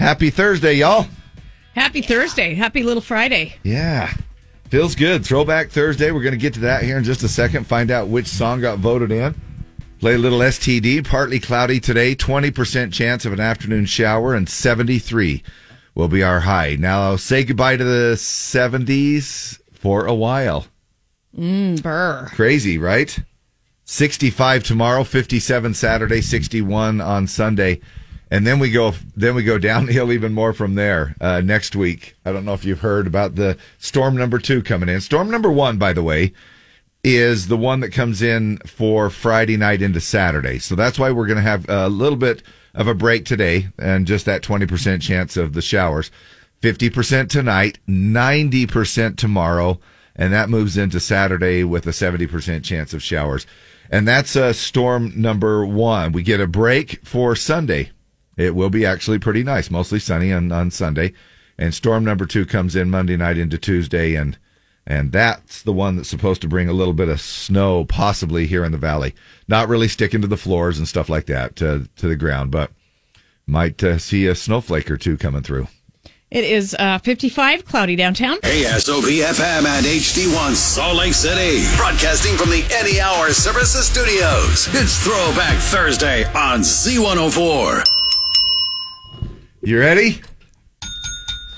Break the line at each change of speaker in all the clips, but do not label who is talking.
Happy Thursday, y'all.
Happy Thursday. Happy little Friday.
Yeah. Feels good. Throwback Thursday. We're going to get to that here in just a second. Find out which song got voted in. Play a little STD. Partly cloudy today. 20% chance of an afternoon shower and 73 will be our high. Now say goodbye to the 70s for a while.
Mm, brr.
Crazy, right? 65 tomorrow, 57 Saturday, 61 on Sunday. And then we go, then we go downhill even more from there, uh, next week. I don't know if you've heard about the storm number two coming in. Storm number one, by the way, is the one that comes in for Friday night into Saturday. So that's why we're going to have a little bit of a break today and just that 20% chance of the showers. 50% tonight, 90% tomorrow, and that moves into Saturday with a 70% chance of showers. And that's uh, storm number one. We get a break for Sunday. It will be actually pretty nice, mostly sunny on, on Sunday. And storm number two comes in Monday night into Tuesday and and that's the one that's supposed to bring a little bit of snow possibly here in the valley not really sticking to the floors and stuff like that to, to the ground but might uh, see a snowflake or two coming through
It is uh, 55, cloudy downtown.
ASOP FM and HD1 Salt Lake City. Broadcasting from the Eddie Hour Services Studios. It's Throwback Thursday on Z104.
you ready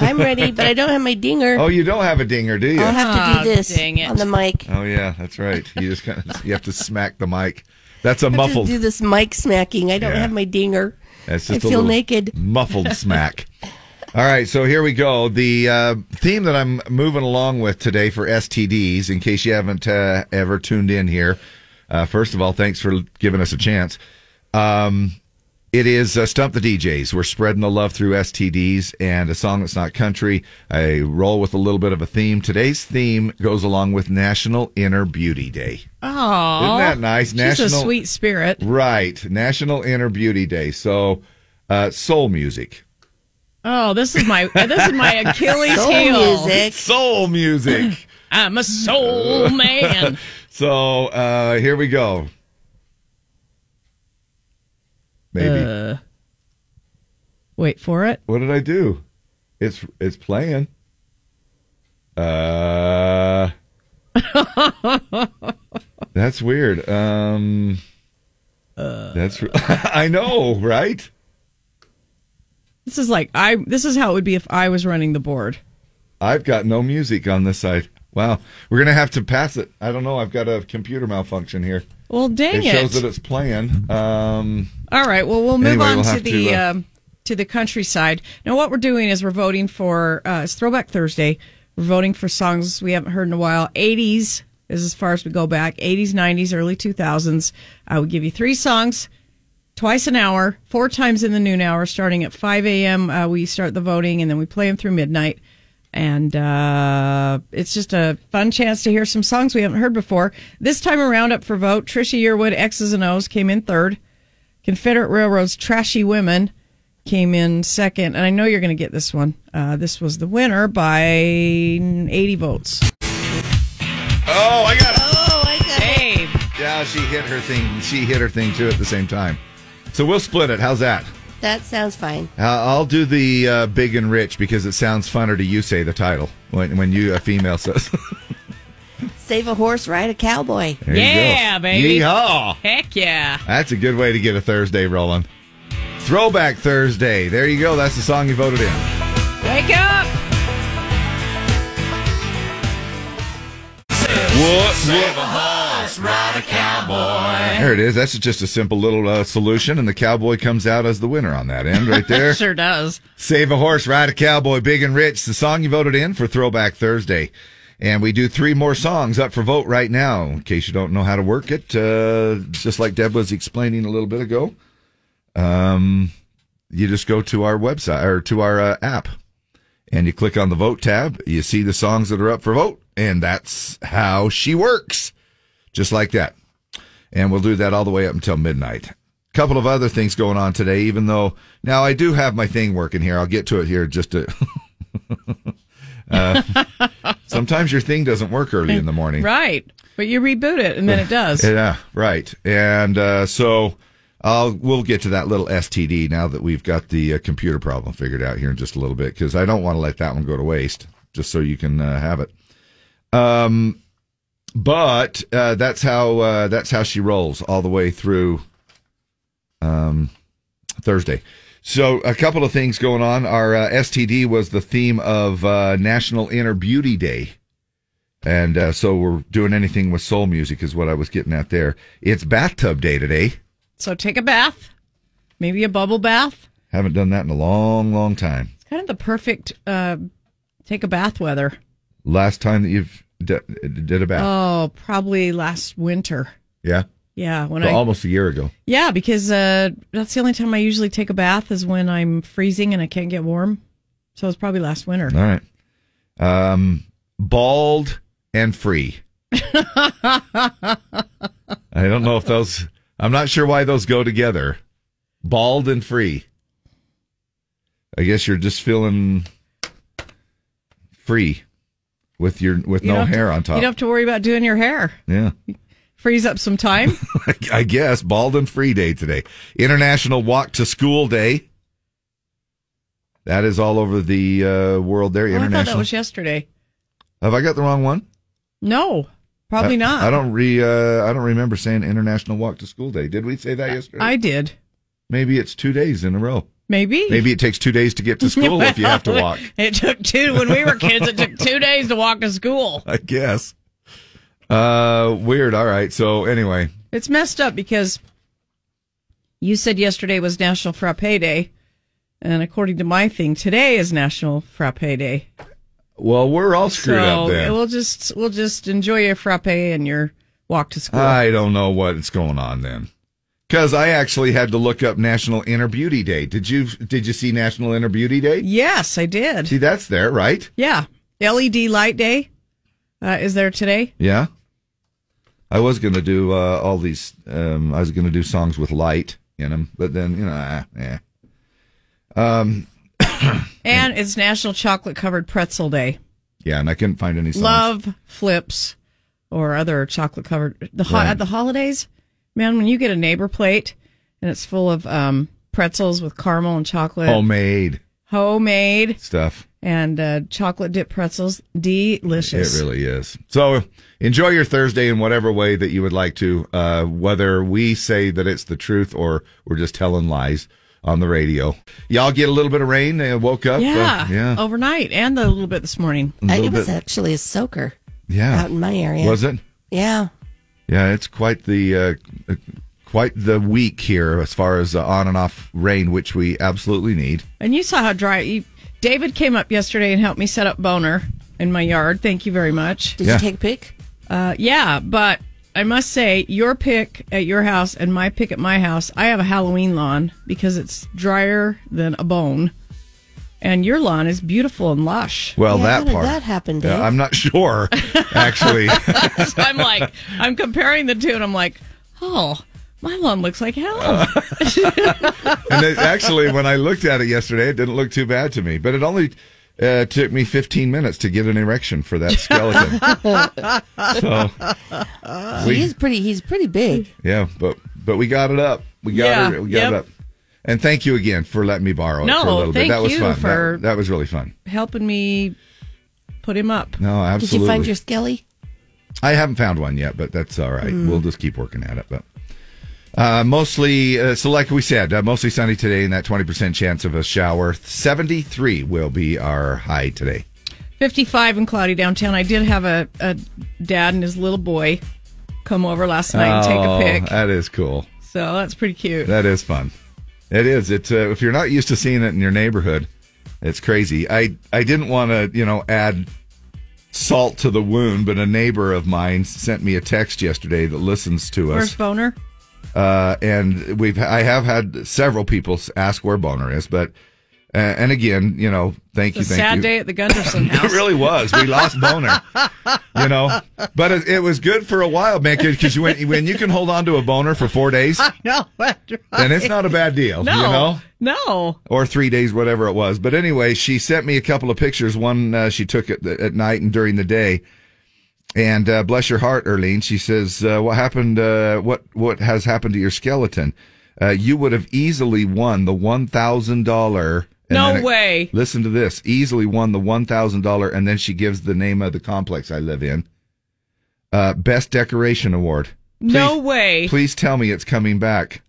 I'm ready, but I don't have my dinger.
oh you don't have a dinger do you
I'll have to
Aw,
do this
Oh, dang it.
on the mic.
oh yeah that's right you just kind of you have to smack the mic that's a
I have to
muffled
do this mic smacking. I don't
Yeah.
have my dinger.
That's
I
just a
feel
little
naked.
Muffled smack. All right, so here we go. The uh, theme that I'm moving along with today for STDs, in case you haven't uh, ever tuned in here, uh, first of all, thanks for giving us a chance. Um, it is uh, Stump the DJs. We're spreading the love through STDs and a song that's not country. I roll with a little bit of a theme. Today's theme goes along with National Inner Beauty Day.
Oh,
Isn't that nice?
She's a
National-
sweet spirit.
Right, National Inner Beauty Day. So, uh, soul music.
Oh, this is my this is my Achilles
Soul
heel.
music.
Soul music.
I'm a soul man.
so, uh, here we go. Maybe.
Uh, wait for it.
what did I do? It's it's playing. Uh That's weird. Um That's I know, right?
This is like I. This is how it would be if I was running the board.
I've got no music on this side. Wow. We're going to have to pass it. I don't know. I've got a computer malfunction here.
Well, dang
it
it!
shows that it's playing. Um,
All right. Well, we'll move
Anyway,
on
we'll
to
have
the
to, uh,
um, to the countryside. Now, what we're doing is we're voting for uh, it's Throwback Thursday. We're voting for songs we haven't heard in a while. Eighties is as far as we go back. Eighties, nineties, early two thousands. I would give you three songs. Twice an hour, four times in the noon hour, starting at 5 a.m. Uh, we start the voting and then we play them through midnight. And uh, it's just a fun chance to hear some songs we haven't heard before. This time around, up for vote, Trisha Yearwood, X's and O's, came in third. Confederate Railroad's Trashy Women came in second. And I know you're going to get this one. Uh, this was the winner by 80 votes.
oh, I got it.
Oh, I got it.
Hey,
Yeah, she hit her thing. She hit her thing too at the same time. So we'll split it. How's that?
That sounds fine.
Uh, I'll do the uh, big and rich because it sounds funner to you say the title when when you a female says.
Save a horse, ride a cowboy.
There you go.
Yeah, baby.
Yeehaw!
heck yeah.
That's a good way to get a Thursday rolling. Throwback Thursday. There you go. That's the song you voted in.
Wake up.
There it is. That's just a simple little uh, solution, and the cowboy comes out as the winner on that end right there.
Sure does.
Save a horse, ride a cowboy, big and rich. The song you voted in for Throwback Thursday. And we do three more songs up for vote right now. In case you don't know how to work it, uh, just like Deb was explaining a little bit ago, um, you just go to our website or to our uh, app and you click on the vote tab. You see the songs that are up for vote, and that's how she works. Just like that. And we'll do that all the way up until midnight. Couple of other things going on today, even though now I do have my thing working here. I'll get to it here just to. Uh, sometimes your thing doesn't work early in the morning.
Right. But you reboot it and then it does.
Yeah, right. And uh, so Uh, we'll get to that little STD now that we've got the uh, computer problem figured out here in just a little bit because I don't want to let that one go to waste. Just so you can uh, have it. Um, but uh, that's how uh, that's how she rolls all the way through um, Thursday. So a couple of things going on. Our uh, STD was the theme of uh, National Inner Beauty Day, and uh, so we're doing anything with soul music is what I was getting at there. It's bathtub day today.
So take a bath, maybe a bubble bath.
Haven't done that in a long, long time.
It's kind of the perfect uh, take a bath weather.
Last time that you've d- did a bath,
Oh, probably last winter.
yeah,
Yeah, when
So
I
almost a year ago.
yeah because uh, that's the only time I usually take a bath is when I'm freezing and I can't get warm. So it's probably last winter.
All right. Um, bald and free. I don't know if those. I'm not sure why those go together. Bald and free. I guess you're just feeling free with your with
You
no
don't have
hair
to-
on top.
You don't have to worry about doing your hair.
yeah.
Freeze up some time.
I guess bald and free day today. International Walk to School Day. That is all over the uh, world. There,
Oh, I thought that
international.
was yesterday.
Have I got the wrong one?
No, probably
I-
not.
I don't re. Uh, I don't remember saying International Walk to School Day. Did we say that yesterday?
I did.
Maybe it's two days in a row.
Maybe.
Maybe it takes two days to get to school if you have to walk.
It took two. When we were kids, it took two days to walk to school.
I guess. Uh, weird. All right. So anyway,
It's messed up because you said yesterday was National Frappe Day. And according to my thing, today is National Frappe Day.
well, we're all screwed
so
up then.
we'll just we'll just enjoy your frappe and your walk to school.
I don't know what's going on then. Because I actually had to look up National Inner Beauty Day. Did you did you see National Inner Beauty Day?
yes, I did.
See, that's there, right?
Yeah, LED light day uh, is there today.
Yeah. I was going to do uh, all these. Um, I was going to do songs with light in them, but then you know, ah, eh. Um,
And it's National Chocolate Covered Pretzel Day.
yeah, and I couldn't find any songs.
Love flips or other chocolate covered the ho-
Right.
at the holidays. Man, when you get a neighbor plate and it's full of um, pretzels with caramel and chocolate,
homemade
homemade
stuff.
and uh, chocolate dipped pretzels, delicious.
It really is. So enjoy your Thursday in whatever way that you would like to, uh, whether we say that it's the truth or we're just telling lies on the radio. Y'all get a little bit of rain and woke up. uh,
yeah, Oh,
yeah.
Overnight and a little bit this morning.
A
I,
little
it was
bit.
actually a soaker
yeah.
out in my area.
Was it?
Yeah.
Yeah, it's quite the uh, uh, quite the week here as far as uh, on and off rain, which we absolutely need.
And you saw how dry. You, David came up yesterday and helped me set up boner in my yard. Thank you very much.
Did
Yeah.
you take a pic?
Uh, yeah, but I must say, your pick at your house and my pick at my house, I have a Halloween lawn because it's drier than a bone. And your lawn is beautiful and lush.
Well,
Yeah,
that
how did
part
that happen, Dave?
Yeah, I'm not sure actually.
So I'm like, I'm comparing the two, and I'm like, oh, my lawn looks like hell.
and it, actually, when I looked at it yesterday, it didn't look too bad to me. But it only uh, took me 15 minutes to get an erection for that skeleton. so we-
he's pretty. He's pretty big.
yeah, but but we got it up. We got
Yeah,
it. We got
yep.
it up. And thank you again for letting me borrow it for a
No,
little bit.
thank
That was
you
fun.
for-
that, that was really fun.
Helping me put him up.
No,
Did
absolutely.
you find your skelly?
I haven't found one yet, but that's all right. We'll just keep working at it. But uh, mostly, uh, so like we said, uh, mostly sunny today, and that twenty percent chance of a shower. Seventy-three will be our high today.
55 and cloudy downtown. I did have a, a dad and his little boy come over last night and take a pic.
That is cool.
So that's pretty
Oh.
cute.
That is fun. It is. It's uh, if you're not used to seeing it in your neighborhood, it's crazy. I I didn't want to you know add salt to the wound, but a neighbor of mine sent me a text yesterday that listens to us.
First boner?
uh, and we've I have had several people ask where Boner is, but uh, and again, you know, thank you,
It's a
thank
sad
you.
day at the Gunderson house.
It really was. We lost Boner, you know, but it, it was good for a while, man, because you when, when you can hold on to a Boner for four days,
No,
then it's not a bad deal,
no,
you know.
no.
Or three days, whatever it was. But anyway, she sent me a couple of pictures. One uh, she took at, the, at night and during the day. And uh, bless your heart, Erlene. She says, uh, "What happened? Uh, what what has happened to your skeleton?" uh, you would have easily won the one thousand dollar.
No way.
Listen to this. Easily won the one thousand dollar, and then she gives the name of the complex I live in. Uh, best decoration award.
No way.
Please tell me it's coming back.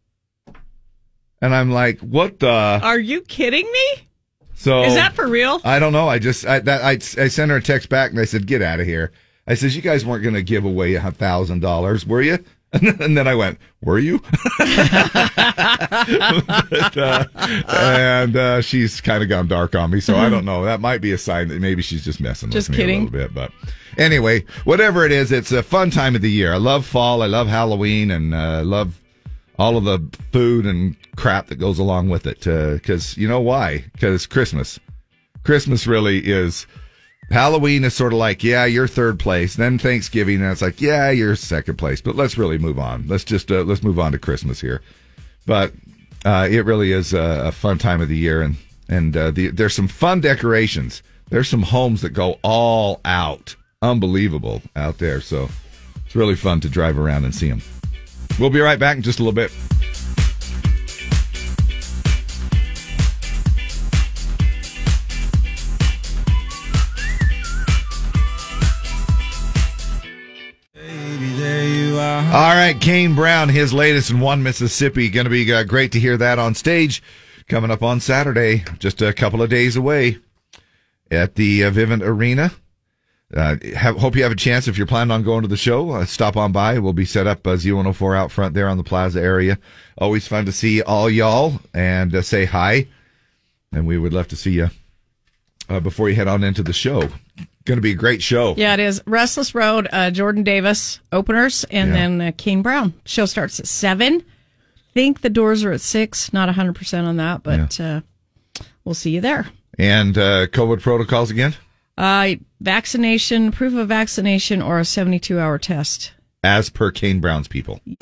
And I'm like, what the?
Are you kidding me?
So
Is that for real?
Oh. I don't know. I just I that I, I sent her a text back and I said, "Get out of here." I says, "You guys weren't going to give away a thousand dollars, were you?" And then I went, "Were you?" But, uh, and uh, she's kind of gone dark on me, so I don't know. That might be a sign that maybe she's just messing
Mm-hmm. Just
with
kidding.
me a little bit. But anyway, whatever it is, it's a fun time of the year. I love fall. I love Halloween, and uh, I love all of the food and crap that goes along with it. Because you know why? Because Christmas. Christmas really is. Halloween is sort of like, yeah, you're third place. Then Thanksgiving, and it's like, yeah, you're second place. But let's really move on. Let's just uh, let's move on to Christmas here. But uh, it really is a, a fun time of the year, and and uh, the, there's some fun decorations. There's some homes that go all out, unbelievable out there. So it's really fun to drive around and see them. We'll be right back in just a little bit. All right, Kane Brown, his latest in One Mississippi. Going to be uh, great to hear that on stage coming up on Saturday, just a couple of days away at the uh, Vivint Arena. Uh, have, hope you have a chance if you're planning on going to the show. Uh, stop on by. We'll be set up uh, Z104 out front there on the plaza area. Always fun to see all y'all and uh, say hi. And we would love to see you uh, before you head on into the show. Going to be a great show.
Yeah, it is. Restless Road, uh, Jordan Davis openers, and
Yeah.
then uh, Kane Brown. Show starts at seven. Think the doors are at six. Not hundred percent on that, but uh, we'll see you there.
And uh, COVID protocols again.
Uh, vaccination, proof of vaccination, or a seventy-two hour test.
as per Kane Brown's people.
Well,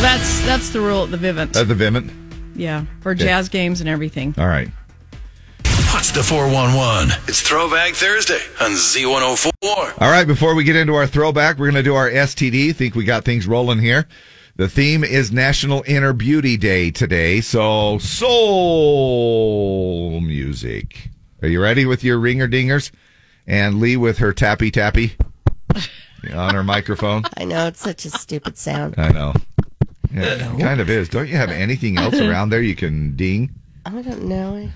that's that's the rule at the Vivint.
Uh, the Viment.
yeah, for jazz games and everything.
All right.
What's the 411? It's Throwback Thursday on Z104.
All right. Before we get into our throwback, we're going to do our STD. Think we got things rolling here. The theme is National Inner Beauty Day today. So soul music. Are you ready with your ringer dingers? And Lee with her tappy tappy on her microphone.
I know it's such a stupid sound.
I know. Yeah, it kind of is. Don't you have anything else around there you can ding? Uh,
I don't know.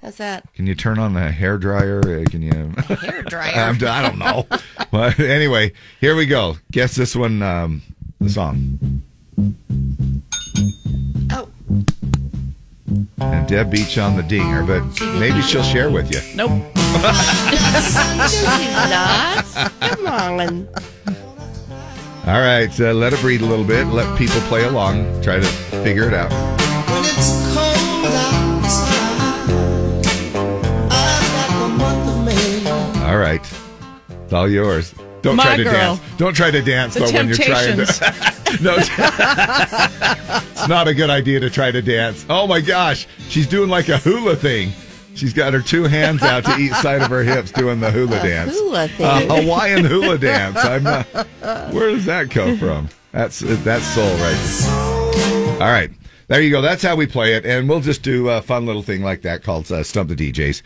How's that
Can you turn on the hair dryer? Uh, Can you?
hair
I'm,
dryer?
d- uh, I don't know. but anyway, here we go. Guess this one, um, the song.
Oh,
And Deb Beach on the dinger, but maybe she'll share with you.
Nope.
she's not. Come on.
All right, uh, let it breathe a little bit. Let people play along. Try to figure it out.
When it's cold outside, I've got the month of May.
All right, it's all yours. Don't
My
try to
girl.
dance. Don't try to dance
The
though when you're trying
Temptations.
to. No, it's not a good idea to try to dance. Oh my gosh, she's doing like a hula thing. She's got her two hands out to each side of her hips doing the hula dance.
hula thing.
A Hawaiian hula dance. I'm not, where does that come from? That's that's soul right there. All right. There you go. That's how we play it. And we'll just do a fun little thing like that called uh, Stump the DJs.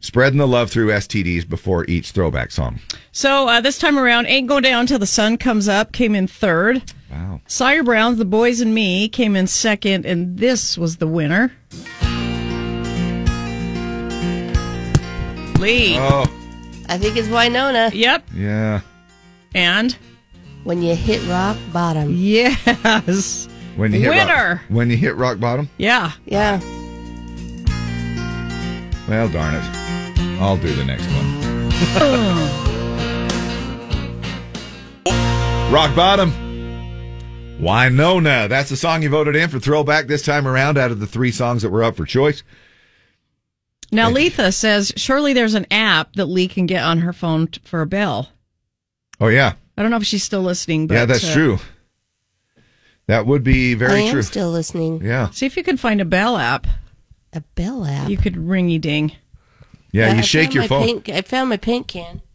Spreading the love through STDs before each throwback song.
So uh, this time around, ain't going down till the sun comes up. Came in third.
Wow.
Sire Brown's "The Boys and Me" came in second, and this was the winner. Lee.
Oh,
I think it's Winona.
Yep.
yeah.
And
When you hit rock bottom.
yes.
When you hit
Winner.
Rock, when you hit rock bottom?
Yeah.
Yeah.
Well, darn it. I'll do the next one. Rock Bottom. Winona. That's the song you voted in for throwback this time around out of the three songs that were up for choice.
Now Letha says, surely there's an app that Lee can get on her phone t- for a bell.
Oh, yeah.
I don't know if she's still listening, but
yeah, that's
uh,
true. That would be
I
very
am
true.
still listening.
yeah.
See if you can find a bell app.
A bell app.
You could ringy ding.
Yeah,
I
you shake
found
your
my
phone.
paint- I found my paint can.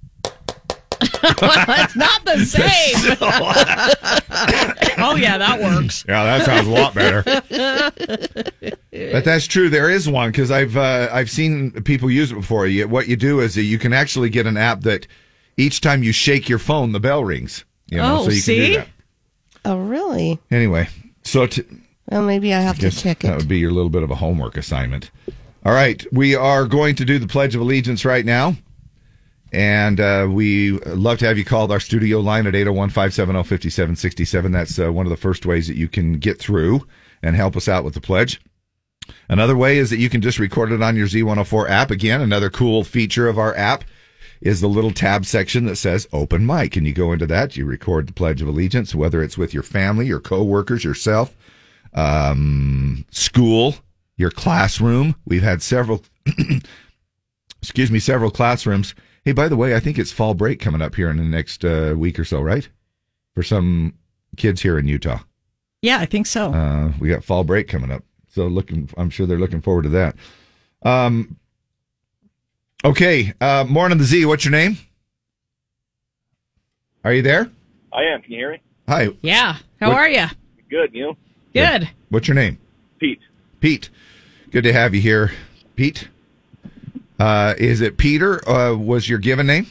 Well, it's not the same. Oh yeah, that works.
Yeah, that sounds a lot better. but that's true. There is one because I've uh, I've seen people use it before. You, what you do is that you can actually get an app that each time you shake your phone, the bell rings. You know,
Oh,
so you can
see?
do that.
Oh, really?
Anyway, so t-
Well, maybe I have to
guess
check
that
it.
would be your little bit of a homework assignment. All right, we are going to do the Pledge of Allegiance right now. And uh, we love to have you called our studio line at 801 570 5767. That's uh, one of the first ways that you can get through and help us out with the pledge. Another way is that you can just record it on your Z104 app. Again, another cool feature of our app is the little tab section that says open mic. And you go into that, you record the Pledge of Allegiance, whether it's with your family, your coworkers, yourself, um, school, your classroom. We've had several, excuse me, several classrooms. Hey, by the way, I think it's fall break coming up here in the next uh, week or so, right? For some kids here in Utah.
Yeah, I think so.
Uh, we got fall break coming up, so looking. I'm sure they're looking forward to that. Um, okay, uh, morning the Z. What's your name? Are you there?
I am. Can you hear me?
Hi.
yeah. How
what-
are you?
Good. You,
Good.
What's your name?
Pete.
Pete. Good to have you here, Pete. Uh, is it Peter? Uh, was your given name?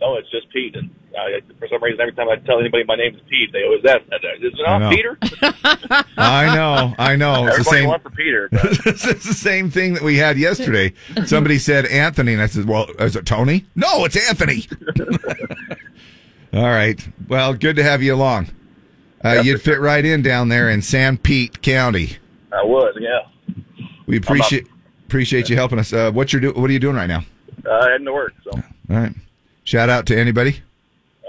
No, it's just Pete. And I, for some reason, every time I tell anybody my name is Pete, they always ask, "Is it
I know.
not Peter?"
I know, I know. It's the
Everybody
same.
wants for Peter. But
it's the same thing that we had yesterday. Somebody said Anthony, and I said, "Well, is it Tony?" No, it's Anthony. All right. Well, good to have you along. Uh, you'd fit right in down there in San Pete County.
I would. Yeah.
We appreciate appreciate you helping us. Uh, what you're do- What are you doing right now?
Uh, heading to work. So,
All right. Shout out to anybody.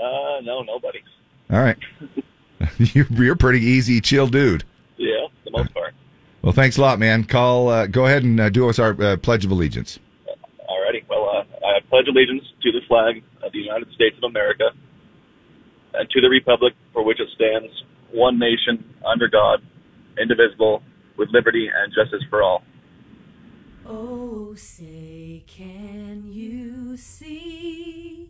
uh, no, nobody.
All right. You're you're a pretty easy, chill dude.
Yeah, for the most part.
Well, thanks a lot, man. Call. Uh, go ahead and uh, do us our uh, pledge of allegiance.
Alrighty. Well, uh, I pledge allegiance to the flag of the United States of America and to the republic for which it stands, one nation under God, indivisible, with liberty and justice for all.
Oh, say, can you see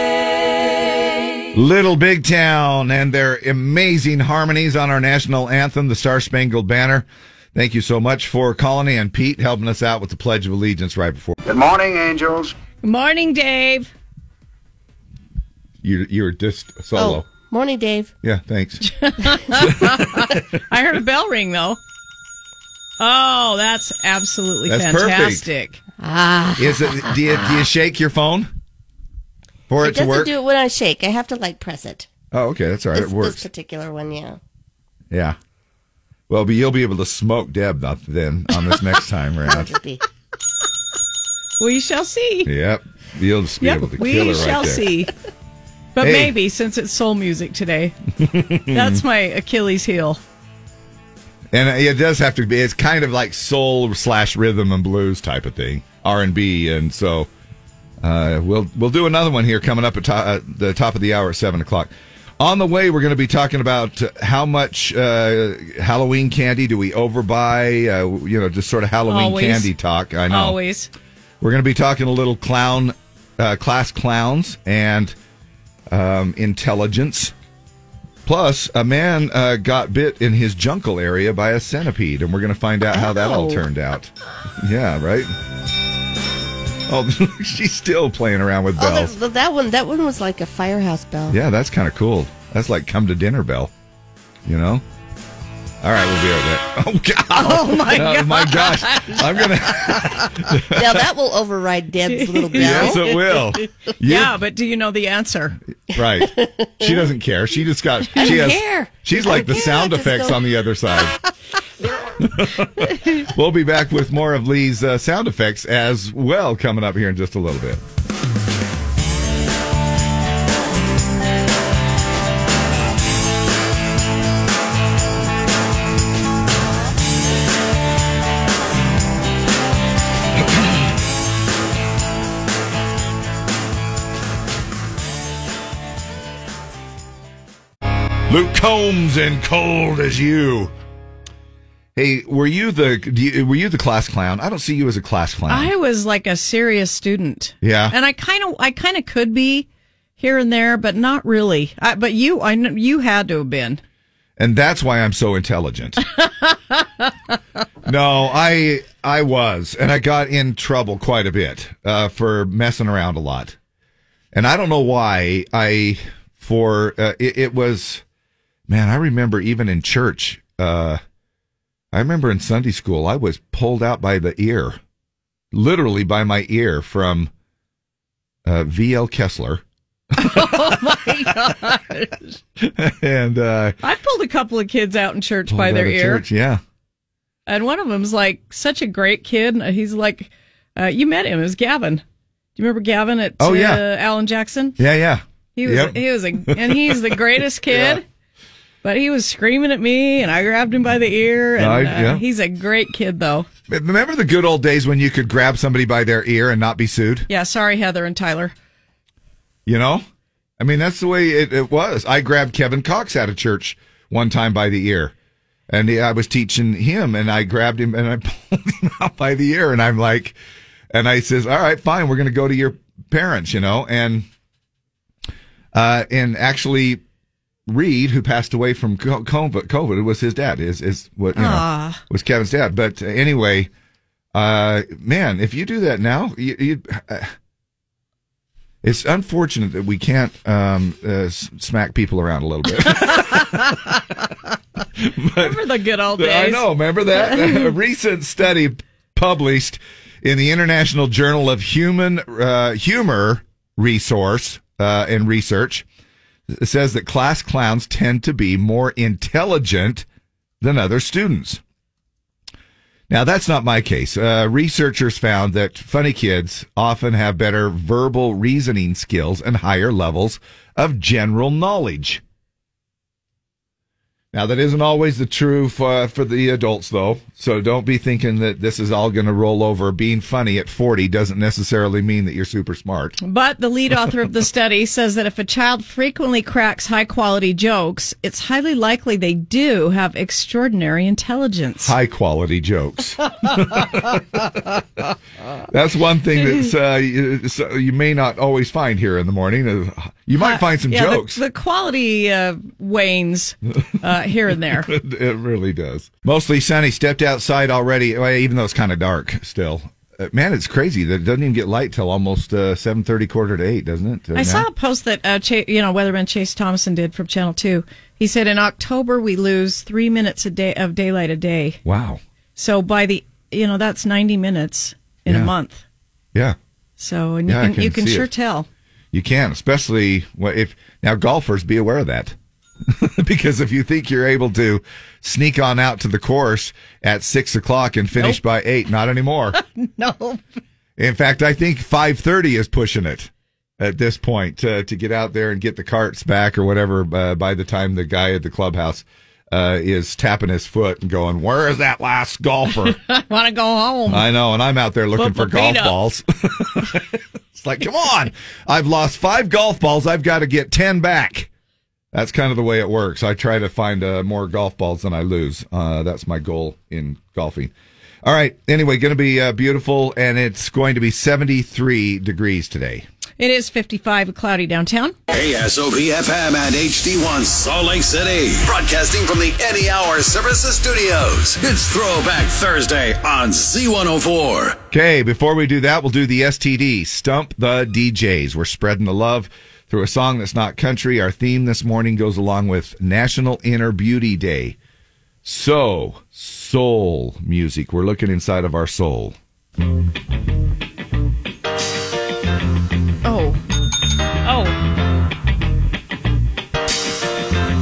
brave.
Little Big Town and their amazing harmonies on our national anthem, the Star Spangled Banner. Thank you so much for Colony and Pete helping us out with the Pledge of Allegiance right before
Good morning, angels.
Good morning, Dave.
you. You were just solo.
Oh, morning, Dave.
Yeah, thanks.
I heard a bell ring though. Oh, that's absolutely
That's perfect.
fantastic.
Is it? Do you, do you shake your phone for it,
It
to
doesn't
work?
do it when I shake. I have to like press it.
oh, okay, that's all right.
This,
it
this
works.
particular one, yeah.
yeah. Well, but you'll be able to smoke Deb not then on this next time round.
Just be-
We shall see.
Yep, you'll just be able to
we
kill her right
shall
there.
see. But
Hey.
maybe since it's soul music today, that's my Achilles heel.
And it does have to be. It's kind of like soul slash rhythm and blues type of thing. R and B, and so uh, we'll we'll do another one here coming up at, to, uh, the top of the hour at seven o'clock. On the way, we're going to be talking about uh, how much uh, Halloween candy do we overbuy? Uh, you know, just sort of Halloween
Always.
candy talk. I know.
Always.
We're going to be talking a little clown, uh, class clowns, and um, intelligence. Plus, a man uh, got bit in his jungle area by a centipede, and we're going to find out how that all
Ow.
turned out. Yeah, right? Oh, she's still playing around with
Oh,
bells.
that, that one, that one was like a firehouse bell.
Yeah, that's kind of cool. That's like come to dinner bell, you know? All right, we'll be right back. Oh, God.
Oh my
Oh,
god.
my gosh. I'm going to.
Now that will override Deb's little bell.
Yes, it will. You-
Yeah, but do you know the answer?
Right. She doesn't care. She just got. She
don't
has,
care.
She's
I
like the
don't care. I
sound
just
effects
go-
on the other side. we'll be back with more of Lee's uh, sound effects as well coming up here in just a little bit. Luke Combs and cold as you. Hey, were you the do you, were you the class clown? I don't see you as a class clown.
I was like a serious student.
Yeah.
and I kind of, I kind of could be here and there, but not really. I, but you, I kn- you had to have been.
and that's why I'm so intelligent. no, I I was, and I got in trouble quite a bit uh, for messing around a lot, and I don't know why. I for uh, it, it was, man. I remember even in church. Uh, I remember in Sunday school, I was pulled out by the ear, literally by my ear from uh, V.L. Kessler, and uh,
I pulled a couple of kids out in church by
pulled
their
out of
ear,
church, yeah.
and one of them's like such a great kid. and He's like, uh, you met him. It was Gavin. Do you remember Gavin at
Oh, yeah.
uh, Alan Jackson?
Yeah, yeah.
He was
Yep.
he was a, and he's the greatest kid. But he was screaming at me, and I grabbed him by the ear. And
I-
uh,
yeah.
he's a great kid, though.
Remember the good old days when you could grab somebody by their ear and not be sued?
Yeah, sorry, Heather and Tyler.
You know? I mean, that's the way it, it was. I grabbed Kevin Cox out of church one time by the ear. And he- I was teaching him, and I grabbed him and I pulled him out by the ear. And I'm like, and I says, All right, fine, we're going to go to your parents, you know? And, uh, and actually, Reed, who passed away from co- COVID, COVID was his dad, is, is what, you know,
Ah.
was Kevin's dad. But uh, anyway, uh, man, if you do that now, you, you, uh, it's unfortunate that we can't um, uh, s- smack people around a little bit.
Remember the good old days?
I know. Remember that a recent study published in the International Journal of Human uh, Humor Resource uh, and Research says that class clowns tend to be more intelligent than other students. Now, that's not my case. Uh, researchers found that funny kids often have better verbal reasoning skills and higher levels of general knowledge. Now, that isn't always the true for, for the adults, though. So don't be thinking that this is all going to roll over. Being funny at 40 doesn't necessarily mean that you're super smart.
But the lead author of the study says that if a child frequently cracks high quality jokes, it's highly likely they do have extraordinary intelligence.
high quality jokes. That's one thing that's uh, you, so you may not always find here in the morning. is- You might find some
Uh, yeah, the-
jokes.
The, quality uh, wanes uh, here and there.
it really does. Mostly sunny. Stepped outside already, well, even though it's kind of dark still. Uh, man, it's crazy that it doesn't even get light till almost uh, seven thirty, quarter to eight, doesn't it?
I saw a post that uh, Cha- you know weatherman Chase Thompson did from Channel Two. He said in October we lose three minutes a day of daylight a day.
Wow.
So by the you know that's ninety minutes in
Yeah.
a month.
Yeah.
So and
Yeah, I
you, can,
can
you can
see
sure
it.
tell.
You can, especially wh- if now golfers be aware of that. because if you think you're able to sneak on out to the course at six o'clock and finish by eight, not anymore.
No,
In fact, I think five thirty is pushing it at this point uh, to get out there and get the carts back or whatever uh, by the time the guy at the clubhouse uh, is tapping his foot and going, "Where is that last golfer?"
I want to go home.
I know, and I'm out there looking for
Put my
golf
feet up.
balls. it's like, come on! I've lost five golf balls. I've got to get ten back. That's kind of the way it works. I try to find uh, more golf balls than I lose. Uh, that's my goal in golfing. All right. Anyway, going to be uh, beautiful, and it's going to be 73 degrees today.
It is 55, cloudy downtown.
KSOP FM and HD1 Salt Lake City. Broadcasting from the Any Hour Services Studios. It's Throwback Thursday on Z104.
Okay, before we do that, we'll do the STD, Stump the DJs. We're spreading the love through a song that's not country. Our theme this morning goes along with National Inner Beauty Day. So, soul music. We're looking inside of our soul.
Oh. Oh.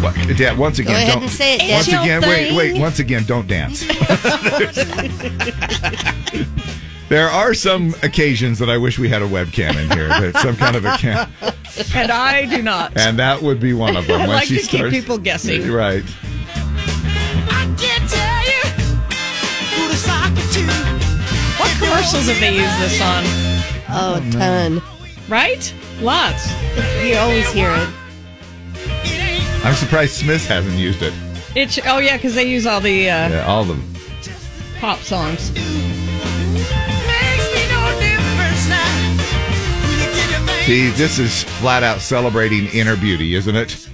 What, yeah, once again,
Go ahead
don't.
and say it, Dad.
once
It's your
again, wait,
thing.
wait. Once again, don't dance. there are some occasions that I wish we had a webcam in here, but some kind of a cam,
And I do not.
and that would be one of them.
I
when
like
she
to keep
starts-
people guessing.
Right.
What commercials have they used this on?
Oh, a ton.
Right? Lots.
You always hear it.
I'm surprised Smith hasn't used it.
It's oh yeah, because they use all the uh,
Yeah, all of them.
pop songs.
See, this is flat out celebrating inner beauty, isn't it?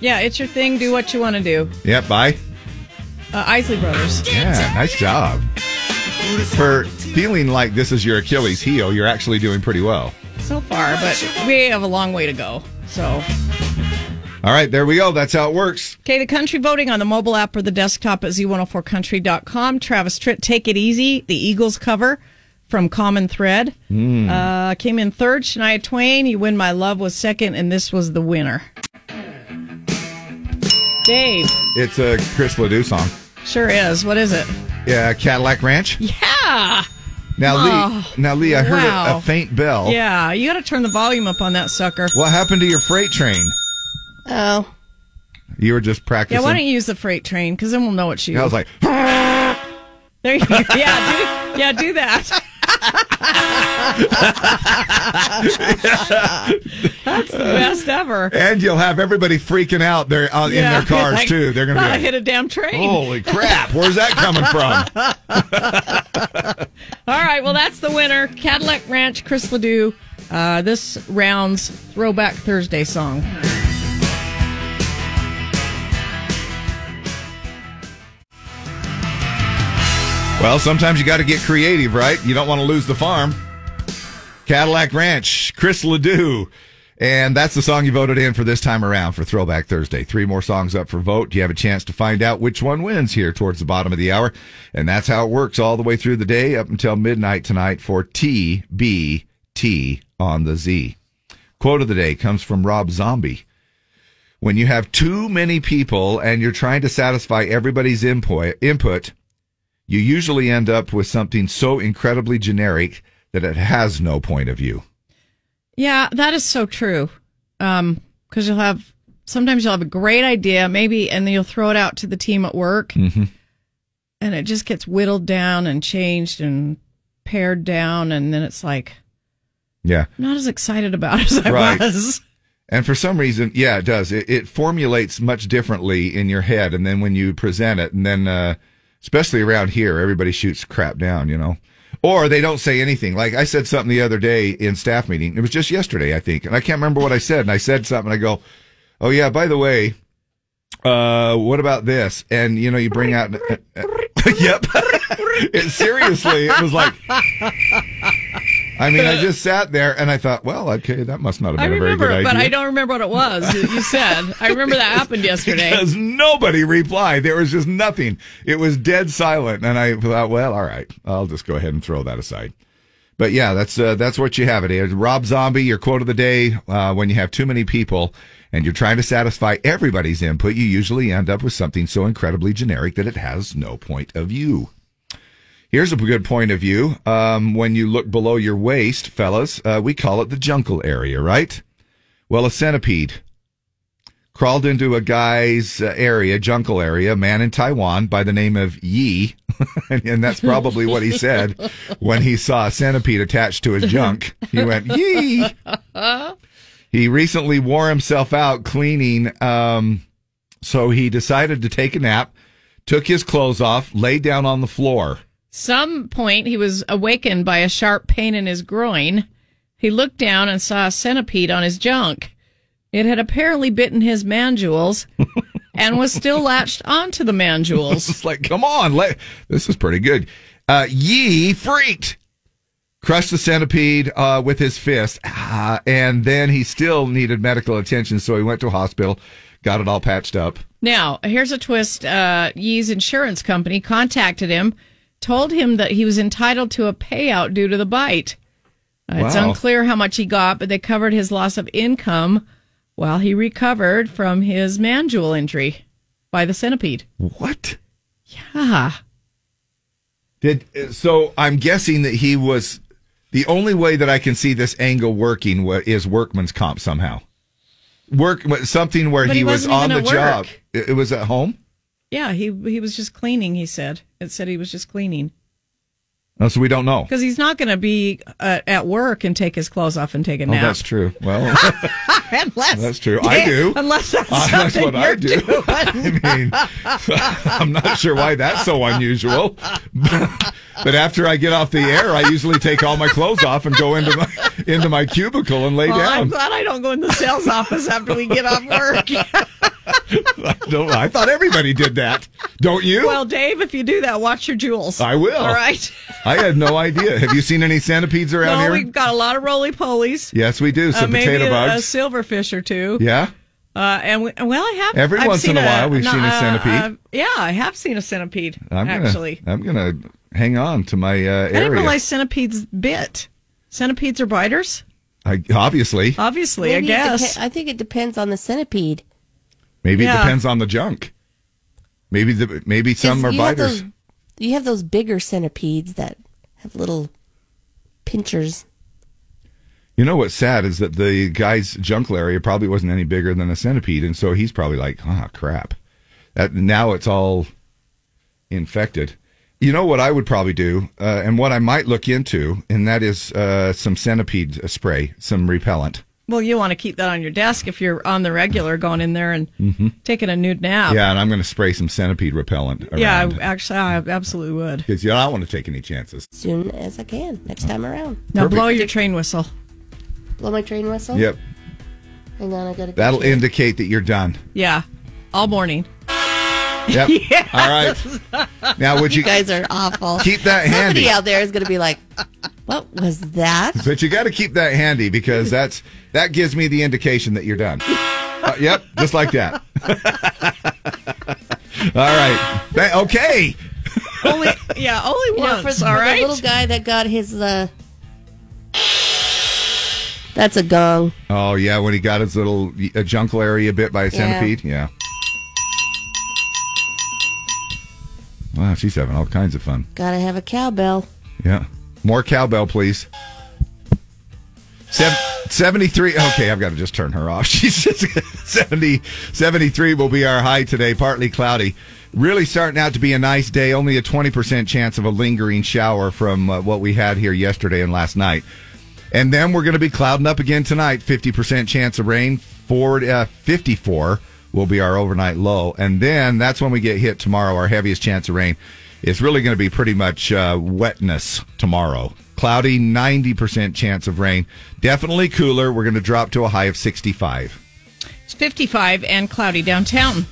Yeah, it's your thing. Do what you want to do.
Yep, bye.
Uh, Isley Brothers.
Yeah, nice job. For feeling like this is your Achilles heel, you're actually doing pretty well.
So far, but we have a long way to go. So,
All right, there we go. That's how it works.
okay, the country voting on the mobile app or the desktop at z104country.com. Travis Tritt, Take It Easy, the Eagles cover from Common Thread. Uh, came in third. Shania Twain, You Win My Love was second, and this was the winner. Dave,
It's a Chris Ledoux song.
sure is. What is it?
Yeah, Cadillac Ranch.
Yeah.
Now,
Oh,
Lee, now Lee, I heard a- a,
wow.
faint bell.
Yeah, you got to turn the volume up on that sucker.
What happened to your freight train?
Oh,
You were just
Yeah,
practicing.
why don't you use the freight train? Because then we'll know what she.
I was like,
There you go. Yeah, do, yeah, do that. That's the best ever.
and you'll have everybody freaking out there uh, in
Yeah.
their cars
Like,
too. They're gonna
"Thought
be
I
like, "Oh."
hit a damn train.
Holy crap! Where's that coming from?
All right, well, that's the winner. Cadillac Ranch, Chris Ledoux. Uh, this round's Throwback Thursday song.
well, sometimes you got to get creative, right? You don't want to lose the farm. Cadillac Ranch, Chris Ledoux. And that's the song you voted in for this time around for Throwback Thursday. Three more songs up for vote. You have a chance to find out which one wins here towards the bottom of the hour. And that's how it works all the way through the day up until midnight tonight for TBT on the Z. Quote of the day comes from Rob Zombie. When you have too many people and you're trying to satisfy everybody's input, input, you usually end up with something so incredibly generic that it has no point of view.
Yeah, that is so true. Um, cause you'll have, sometimes you'll have a great idea, maybe, and then you'll throw it out to the team at work
Mm-hmm.
and it just gets whittled down and changed and pared down. And then it's like,
Yeah.
not as excited about it as I
Right.
was.
And for some reason, yeah, it does. It, it formulates much differently in your head. And then when you present it, and then, uh, especially around here, everybody shoots crap down, you know, or they don't say anything. Like I said something the other day in staff meeting. It was just yesterday, I think. And I can't remember what I said. And I said something. I go, Oh yeah, by the way, uh, what about this? And you know, you bring out, yep. it, seriously, it was like, I mean, I just sat there and I thought, well, okay, that must not have
I
been a very
remember,
good idea.
it, but I don't remember what it was that you said. I remember that happened yesterday.
Because nobody replied. There was just nothing. It was dead silent. And I thought, well, all right, I'll just go ahead and throw that aside. But yeah, that's uh, that's what you have. It is Rob Zombie, your quote of the day. Uh, when you have too many people and you're trying to satisfy everybody's input, you usually end up with something so incredibly generic that it has no point of view. Here's a good point of view. Um, when you look below your waist, fellas, uh, we call it the jungle area, right? Well, a centipede crawled into a guy's uh, area, jungle area, a man in Taiwan by the name of Yi. and, and that's probably what he said when he saw a centipede attached to his junk. He went, Yee! He recently wore himself out cleaning, um, so he decided to take a nap, took his clothes off, laid down on the floor.
Some point he was awakened by a sharp pain in his groin. He looked down and saw a centipede on his junk. It had apparently bitten his mandibles and was still latched onto the mandibles.
It's like, come on, let, this is pretty good. Uh, Yee freaked, crushed the centipede uh, with his fist, ah, and then he still needed medical attention, so he went to a hospital, got it all patched up.
Now, here's a twist. Uh, Yee's insurance company contacted him, told him that he was entitled to a payout due to the bite. Uh, It's
Wow.
unclear how much he got, but they covered his loss of income while he recovered from his mandible injury by the centipede.
What?
Ah.
Did so? I'm guessing that he was the only way that I can see this angle working wa- is workman's comp somehow. Work something where
But
he,
he
was
wasn't
on
even
the
at
job.
work.
It, it was at home.
Yeah, he he was just cleaning. He said it said he was just cleaning
Oh, so we don't know.
because he's not going to be uh, at work and take his clothes off and take a
Oh,
nap.
that's true. Well,
unless
that's true. I do.
Unless that's
Uh, that's what
something you're
I do.
doing.
I mean, I'm not sure why that's so unusual. But, but after I get off the air, I usually take all my clothes off and go into my into my cubicle and lay
Well, I'm
down.
glad I don't go in the sales office after we get off work.
No, I thought everybody did that. Don't you?
well, Dave, if you do that, watch your jewels.
I will.
All right.
I had no idea. Have you seen any centipedes around
No,
here?
we've got a lot of roly polies.
yes, we do.
Uh,
Some
maybe
potato
a, a
bugs.
silverfish or two.
yeah.
Uh, and we, well, I have
Every
I've
once in
seen
a while we've
no,
seen a
uh,
centipede.
uh, yeah, I have seen a centipede.
I'm gonna,
actually,
I'm gonna hang on to my uh, area.
I didn't realize centipedes bit. Centipedes are biters,
I- obviously,
obviously.
Maybe it
I guess.
depe- I think it depends on the centipede.
maybe it
yeah.
depends on the junk. Maybe the maybe
'Cause
some are
you have
biters.
those- you have those bigger centipedes that have little pinchers.
You know what's sad is that the guy's jungle area probably wasn't any bigger than a centipede, and so he's probably like, "Ah, crap." That, now it's all infected. You know what I would probably do, uh, and what I might look into, and that is uh, some centipede spray, some repellent.
well, you want to keep that on your desk if you're on the regular, going in there and
Mm-hmm.
taking a nude nap.
Yeah, and I'm going to spray some centipede repellent
Oh. Yeah,
around
I, actually, I absolutely would.
because you don't want to take any chances.
soon as I can next time around.
Now
Perfect.
blow your train whistle.
Blow my train whistle.
Yep,
Hang on, I gotta.
that'll indicate that you're done.
Yeah, all morning.
Yep. All right. Now, would you?
You guys are awful.
Keep that
Somebody
handy.
out there is gonna be like, "What was that?"
But you got to keep that handy because that's that gives me the indication that you're done. Uh, yep, just like that. All right. Tha- okay.
Only yeah, only
You
once.
know, for, for
all right.
the little guy that got his uh, that's a gong.
Oh yeah, when he got his little uh, jungle area bit by a centipede. Yeah. Wow, she's having all kinds of fun.
Gotta have a cowbell.
Yeah. More cowbell, please. Sev- 73. Okay, I've got to just turn her off. She's just 70, 73 will be our high today, partly cloudy. Really starting out to be a nice day. Only a 20% chance of a lingering shower from uh, what we had here yesterday and last night. And then we're going to be clouding up again tonight. 50% chance of rain. Forward, uh, 54 will be our overnight low. And then that's when we get hit tomorrow, our heaviest chance of rain. It's really going to be pretty much uh, wetness tomorrow. Cloudy, 90% chance of rain. Definitely cooler. We're going to drop to a high of 65.
It's 55 and cloudy downtown.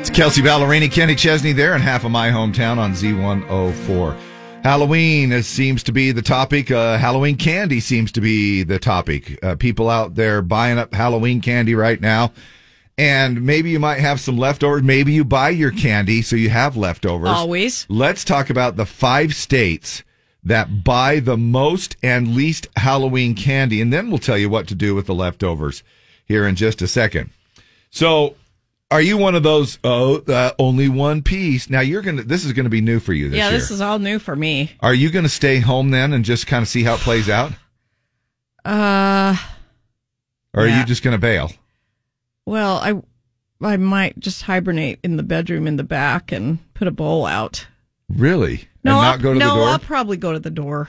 It's Kelsey Ballerini, Kenny Chesney there, and half of my hometown on Z104. Halloween is, seems to be the topic. Uh, Halloween candy seems to be the topic. Uh, people out there buying up Halloween candy right now. And maybe you might have some leftovers. Maybe
Oh,
you buy your candy so you have leftovers.
Always.
Let's talk about the five states that buy the most and least Halloween candy, and then we'll tell you what to do with the leftovers here in just a second. So, are you one of those? Oh, uh, only one piece. Now you're gonna. This is gonna be new for you this
yeah,
year.
this is all new for me.
Are you gonna stay home then and just kind of see how it plays out,
Uh,
or are
Yeah.
you just gonna bail?
well, I I might just hibernate in the bedroom in the back and put a bowl out.
Really?
No,
and
I'll,
not go to
no,
the door
I'll probably go to the door.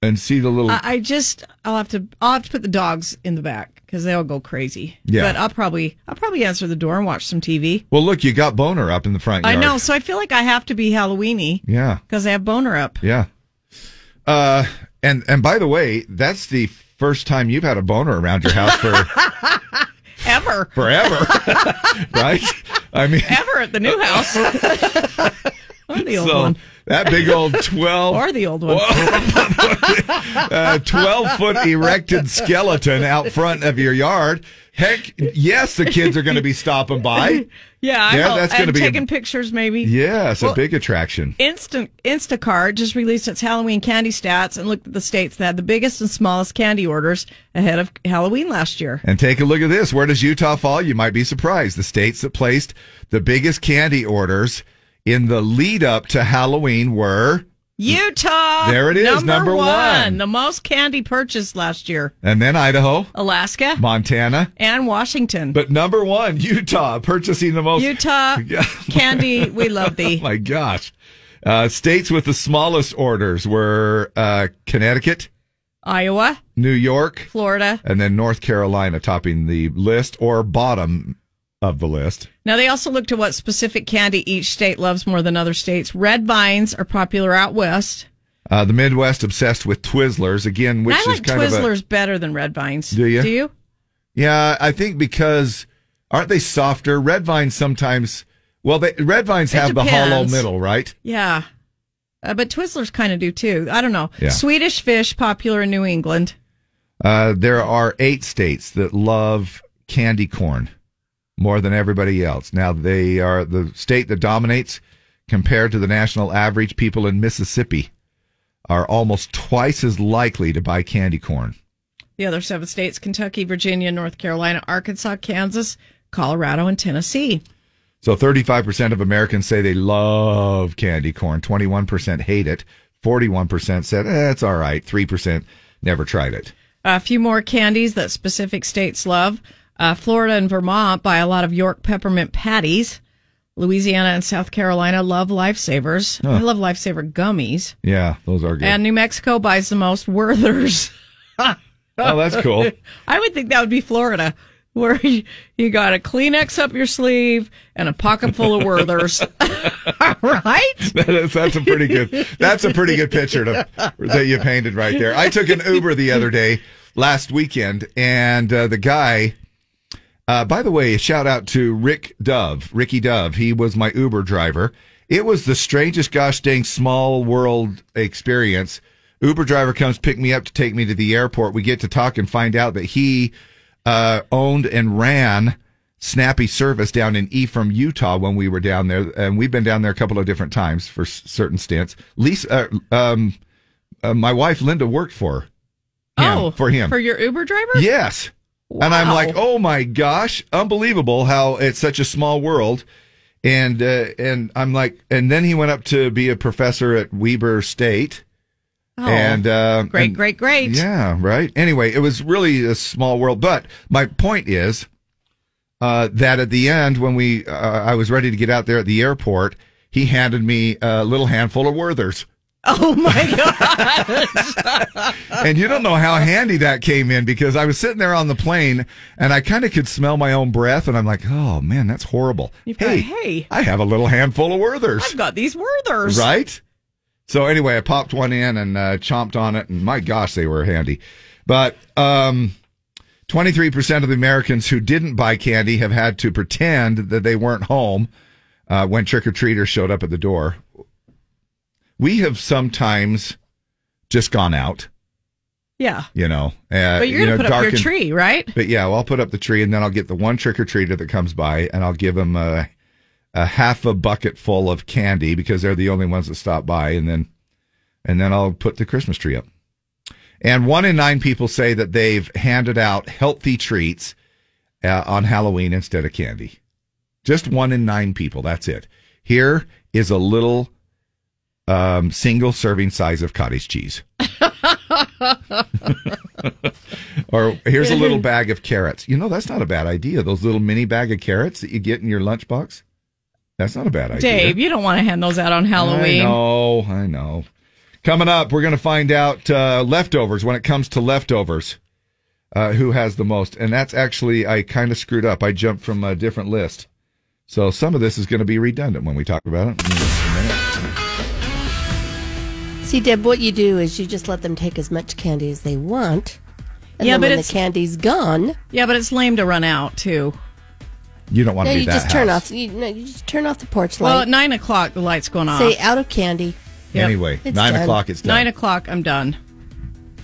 and see the little.
I, I just I'll have to I'll have to put the dogs in the back because they'll go crazy.
Yeah.
but I'll probably I'll probably answer the door and watch some TV.
well, look, you got boner up in the front
I
yard.
know, so I feel like I have to be Halloweeny
Yeah.
because I have boner up.
Yeah. Uh, and and by the way, that's the first time you've had a boner around your house for
Ever,
forever, right? I mean,
ever at the new house or the old
so
one
that big old twelve
or the old one.
uh, 12 foot erected skeleton out front of your yard. Heck, yes, the kids are going to be stopping by.
Yeah, I
Yeah,
hope-
that's gonna
and
be a-
taking pictures maybe.
Yes, a
Well-
big attraction.
Instant Instacart just released its Halloween candy stats and looked at the states that had the biggest and smallest candy orders ahead of Halloween last year.
And take a look at this. Where does Utah fall? You might be surprised. The states that placed the biggest candy orders in the lead up to Halloween were,
Utah.
There it is,
number,
number
one,
one.
the most candy purchased last year.
and then Idaho,
Alaska
Montana,
and Washington.
but number one, Utah, purchasing the most.
Utah
Yeah.
candy, we love
Oh
thee.
my gosh. Uh, states with the smallest orders were uh, Connecticut,
Iowa,
New York,
Florida.
and then North Carolina topping the list or bottom of the list.
Now they also looked at what specific candy each state loves more than other states. Red vines are popular out west.
Uh, the Midwest obsessed with Twizzlers again, which
I like
is kind
Twizzlers
of a
better than red vines.
Do ya?
Do you?
yeah. I think because aren't they softer? Red vines sometimes. Well, they, red vines
It
have the hollow
depends.
middle, right?
Yeah. Uh, but Twizzlers kind of do too. I don't know.
Yeah.
Swedish fish popular in New England.
Uh, there are eight states that love candy corn more than everybody else. Now they are the state that dominates compared to the national average. People in Mississippi are almost twice as likely to buy candy corn.
The other seven states Kentucky, Virginia, North Carolina, Arkansas, Kansas, Colorado, and Tennessee.
So 35% of Americans say they love candy corn. 21% hate it. 41% said, eh, it's all right. 3% never tried it.
A few more candies that specific states love. Uh, Florida and Vermont buy a lot of York peppermint patties. Louisiana and South Carolina love lifesavers. I love lifesaver gummies.
Yeah, those are good.
And New Mexico buys the most Werther's.
oh, that's cool.
I would think that would be Florida, where you, you got a Kleenex up your sleeve and a pocket full of Werther's. right?
That is, that's a pretty good. That's a pretty good picture to, that you painted right there. I took an Uber the other day last weekend, and uh, the guy. Uh, by the way, a shout out to Rick Dove, Ricky Dove. He was my Uber driver. It was the strangest, gosh dang, small world experience. Uber driver comes pick me up to take me to the airport. We get to talk and find out that he uh, owned and ran Snappy Service down in Ephraim, Utah, when we were down there, and we've been down there a couple of different times for s- certain stints. Lisa, uh, um, uh, my wife Linda worked for him,
oh,
for him,
For your Uber driver?
yes. And I'm
Wow.
like, oh my gosh, unbelievable how it's such a small world. And uh, and I'm like, and then he went up to be a professor at Weber State,
Oh,
and uh,
great,
and-
great, great.
yeah, right. Anyway, it was really a small world. But my point is uh, that at the end, when we, uh, I was ready to get out there at the airport, he handed me a little handful of Werthers.
Oh my God.
And you don't know how handy that came in because I was sitting there on the plane and I kind of could smell my own breath. And I'm like, oh man, that's horrible.
You've got-
hey,
hey.
I have a little handful of Werthers.
I've got these Werthers.
Right? So anyway, I popped one in and uh, chomped on it, and my gosh, they were handy. But um, 23% of the Americans who didn't buy candy have had to pretend that they weren't home uh, when trick or treaters showed up at the door. We have sometimes just gone out,
Yeah.
you know. Uh,
But you're
you
going
know,
to put up your
darken-
tree, right?
But yeah, well, I'll put up the tree, and then I'll get the one trick or treater that comes by, and I'll give them a, a half a bucket full of candy because they're the only ones that stop by, and then and then I'll put the Christmas tree up. And one in nine people say that they've handed out healthy treats uh, on Halloween instead of candy. Just one in nine people. That's it. Here is a little um, single serving size of cottage cheese. or here's a little bag of carrots. You know, that's not a bad idea. Those little mini bag of carrots that you get in your lunchbox. That's not a bad idea.
Dave, you don't want to hand those out on Halloween.
I know, I know. Coming up, we're going to find out uh, leftovers. When it comes to leftovers, uh, who has the most? And that's actually I kind of screwed up. I jumped from a different list, so some of this is going to be redundant when we talk about it. in just a minute.
See, Deb, what you do is you just let them take as much candy as they want. And
Yeah,
then
but
when
it's-
the candy's gone,
Yeah, but it's lame to run out too.
You don't want
no,
to be
you
that.
just turn
house.
off. You, no, you just turn off the porch
Well,
light.
at nine o'clock, the light's going off.
say out of candy.
Yep.
Anyway,
It's
nine
done.
o'clock. It's done.
nine o'clock, I'm done.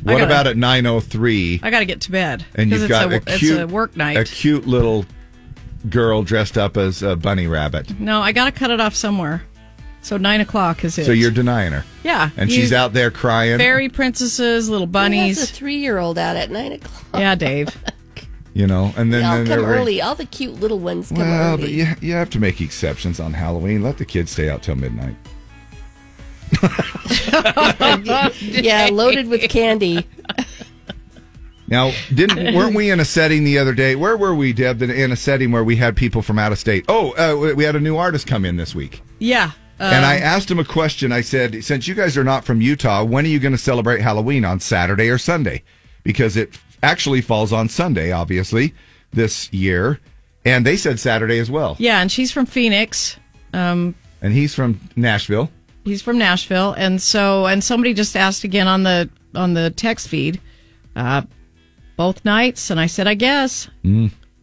I
what
gotta-
about at nine o three?
I got to get to bed
And you've
it's
got
a,
a cute,
it's a work night.
a cute little girl dressed up as a bunny rabbit.
no, I got to cut it off somewhere. So nine o'clock is it?
So you're denying her,
yeah,
and
you-
she's out there crying.
Fairy princesses, little
Well, that's a
bunnies.
three-year-old out at nine o'clock.
Yeah, Dave.
you know, and then,
They all
then
come
they're ring-
early. All the cute little ones come
Well,
early.
but you, you have to make exceptions on Halloween. Let the kids stay out till midnight.
yeah, loaded with candy.
Now, didn't weren't we in a setting the other day? Where were we, Deb? In a setting where we had people from out of state. Oh, uh, we- we had a new artist come in this week,
Yeah. Uh,
and I asked him a question. I said, "Since you guys are not from Utah, when are you going to celebrate Halloween on Saturday or Sunday? Because it actually falls on Sunday, obviously, this year." And they said Saturday as well.
yeah, and she's from Phoenix. Um,
And he's from Nashville.
he's from Nashville, and so and somebody just asked again on the on the text feed, uh, both nights, and I said I guess.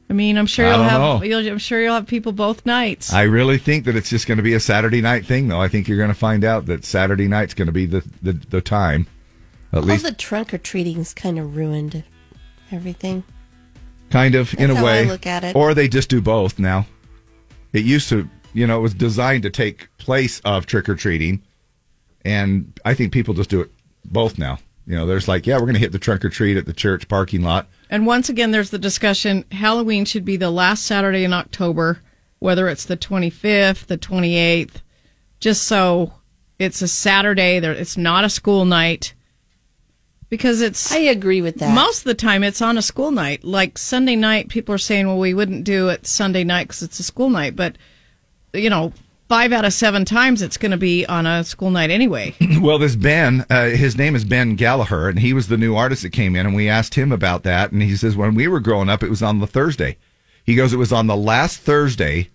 I mean, I'm sure
Mm. I
you'll
don't
have
know.
you'll, I'm sure you'll have people both nights.
I really think that it's just going to be a Saturday night thing, though. I think you're going to find out that Saturday night's going to be the, the, the time. At
All
least,
the trunk or treating's kind of ruined everything.
kind of, in
That's
a
how I
way.
look at it.
Or they just do both now. It used to, you know, it was designed to take place of trick or treating. And I think people just do it both now. You know, there's like, yeah, we're going to hit the trunk or treat at the church parking lot.
And once again, there's the discussion: Halloween should be the last Saturday in October, whether it's the 25th, the 28th, just so it's a Saturday. There, it's not a school night because it's
I agree with that.
Most of the time, it's on a school night. Like Sunday night, people are saying, "Well, we wouldn't do it Sunday night because it's a school night." But you know, five out of seven times, it's going to be on a school night anyway.
Well, this Ben, uh, his name is Ben Gallagher, and he was the new artist that came in, and we asked him about that, and he says when we were growing up, it was on the Thursday. He goes, it was on the last Thursday,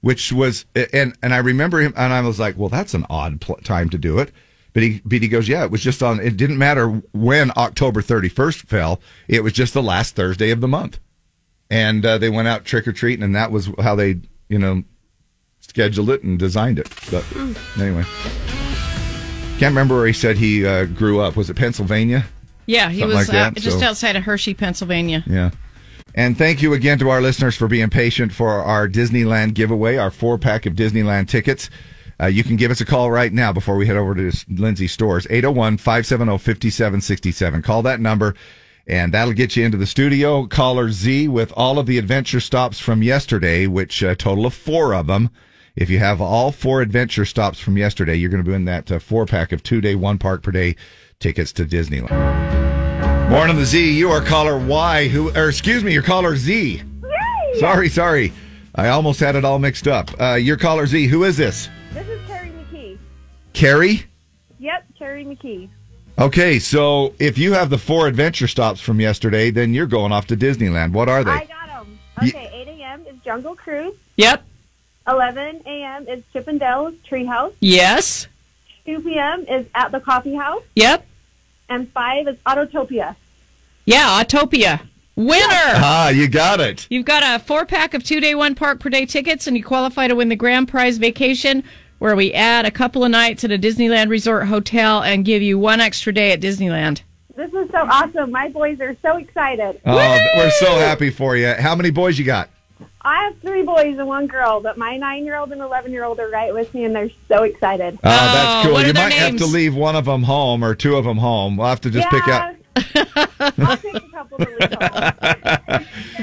which was, and and I remember him, and I was like, well, that's an odd pl- time to do it, but he but he goes, yeah, it was just on. It didn't matter when October thirty first fell; it was just the last Thursday of the month, and uh, they went out trick or treating, and that was how they, you know, scheduled it and designed it. But anyway. Can't remember where he said he uh, grew up. Was it Pennsylvania?
yeah, he
Something
was
like that,
uh, just
so-
outside of Hershey, Pennsylvania.
Yeah. And thank you again to our listeners for being patient for our Disneyland giveaway, our four pack of Disneyland tickets. Uh, you can give us a call right now before we head over to Lindsay Stores, 801 570 5767. Call that number, and that'll get you into the studio. Caller Z with all of the adventure stops from yesterday, which a total of four of them. If you have all four adventure stops from yesterday, you're going to win that uh, four pack of two day, one park per day tickets to Disneyland. Born on the Z, you are caller Y, who, or excuse me, you're caller Z. Sorry, sorry. I almost had it all mixed up. Uh, you're caller Z. Who is this?
This is Terry McKee.
Carrie?
Yep, Terry McKee.
Okay, so if you have the four adventure stops from yesterday, then you're going off to Disneyland. What are
I
they?
got them.
Ye-
Okay, 8 a.m. is Jungle Cruise.
Yep.
11 a.m. is Chip and Dale's Treehouse.
Yes.
2 p.m. is At the Coffee House.
Yep.
And 5 is Autotopia.
Yeah, Autopia. Winner!
Ah, you got it.
You've got a four pack of two day, one park per day tickets, and you qualify to win the grand prize vacation where we add a couple of nights at a Disneyland resort hotel and give you one extra day at Disneyland.
This is so awesome. My boys are so excited.
Oh, we're so happy for you. How many boys you got?
I have three boys and one girl, but my nine-year-old and eleven-year-old are right with me, and they're so excited.
Oh, that's cool.
Uh, what are
You
their
might have
names?
to leave one of them home or two of them home. We'll have to just pick out.
I'll take a couple to leave home.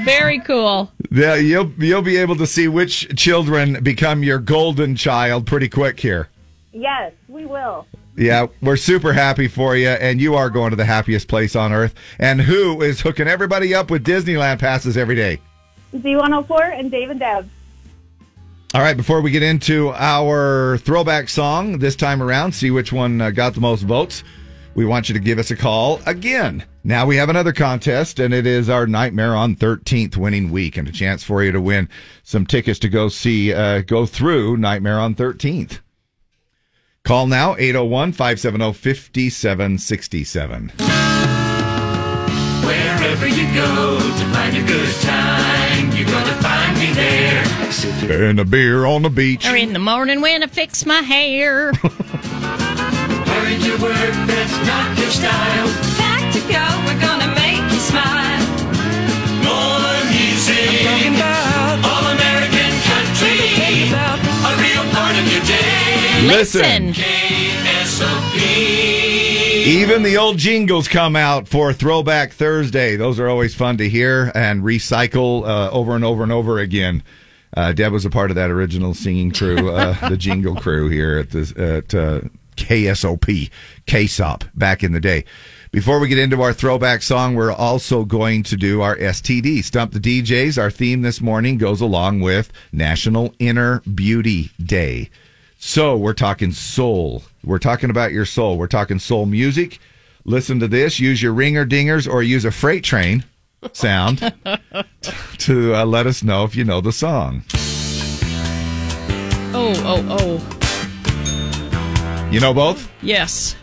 Very cool.
Yeah, you'll you'll be able to see which children become your golden child pretty quick here.
Yes, we will.
Yeah, we're super happy for you, and you are going to the happiest place on earth. And who is hooking everybody up with Disneyland passes every day?
Z104 and Dave and Deb.
All right, before we get into our throwback song this time around, see which one uh, got the most votes. We want you to give us a call again. Now we have another contest, and it is our Nightmare on 13th winning week, and a chance for you to win some tickets to go see, uh, go through Nightmare on 13th. Call now 801 570 5767.
Wherever you go to find a good time, you're gonna find me there.
And a beer on the beach.
Or in the morning when I fix my hair.
Hurry to work, that's not your style.
Back to go, we're gonna make you smile.
More music. All American country. A real part of your day.
Listen.
KSOP.
Even the old jingles come out for Throwback Thursday. Those are always fun to hear and recycle uh, over and over and over again. Uh, Deb was a part of that original singing crew, uh, the jingle crew here at this at uh, KSOP, KSOP back in the day. Before we get into our throwback song, we're also going to do our STD Stump the DJs. Our theme this morning goes along with National Inner Beauty Day. So we're talking soul. We're talking about your soul. We're talking soul music. Listen to this. Use your ringer dingers or use a freight train sound to uh, let us know if you know the song.
Oh, oh, oh.
You know both?
Yes.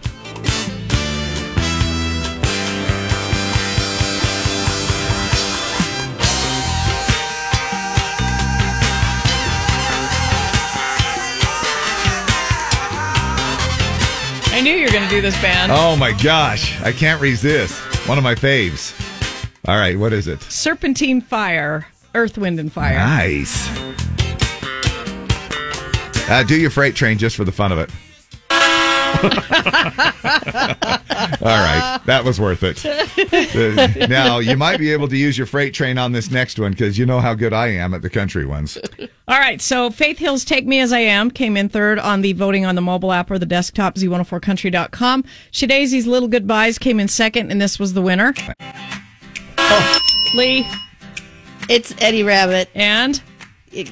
I knew you were going to do this band.
Oh my gosh. I can't resist. One of my faves. All right. What is it?
Serpentine Fire, Earth, Wind, and Fire.
Nice. Uh, do your freight train just for the fun of it. All right, that was worth it. Uh, now you might be able to use your freight train on this next one because you know how good I am at the country ones.
All right, so Faith Hill's Take Me As I Am came in third on the voting on the mobile app or the desktop, z104country.com. Shadazy's Little Goodbyes came in second, and this was the winner. Lee
It's Eddie Rabbit.
and
It-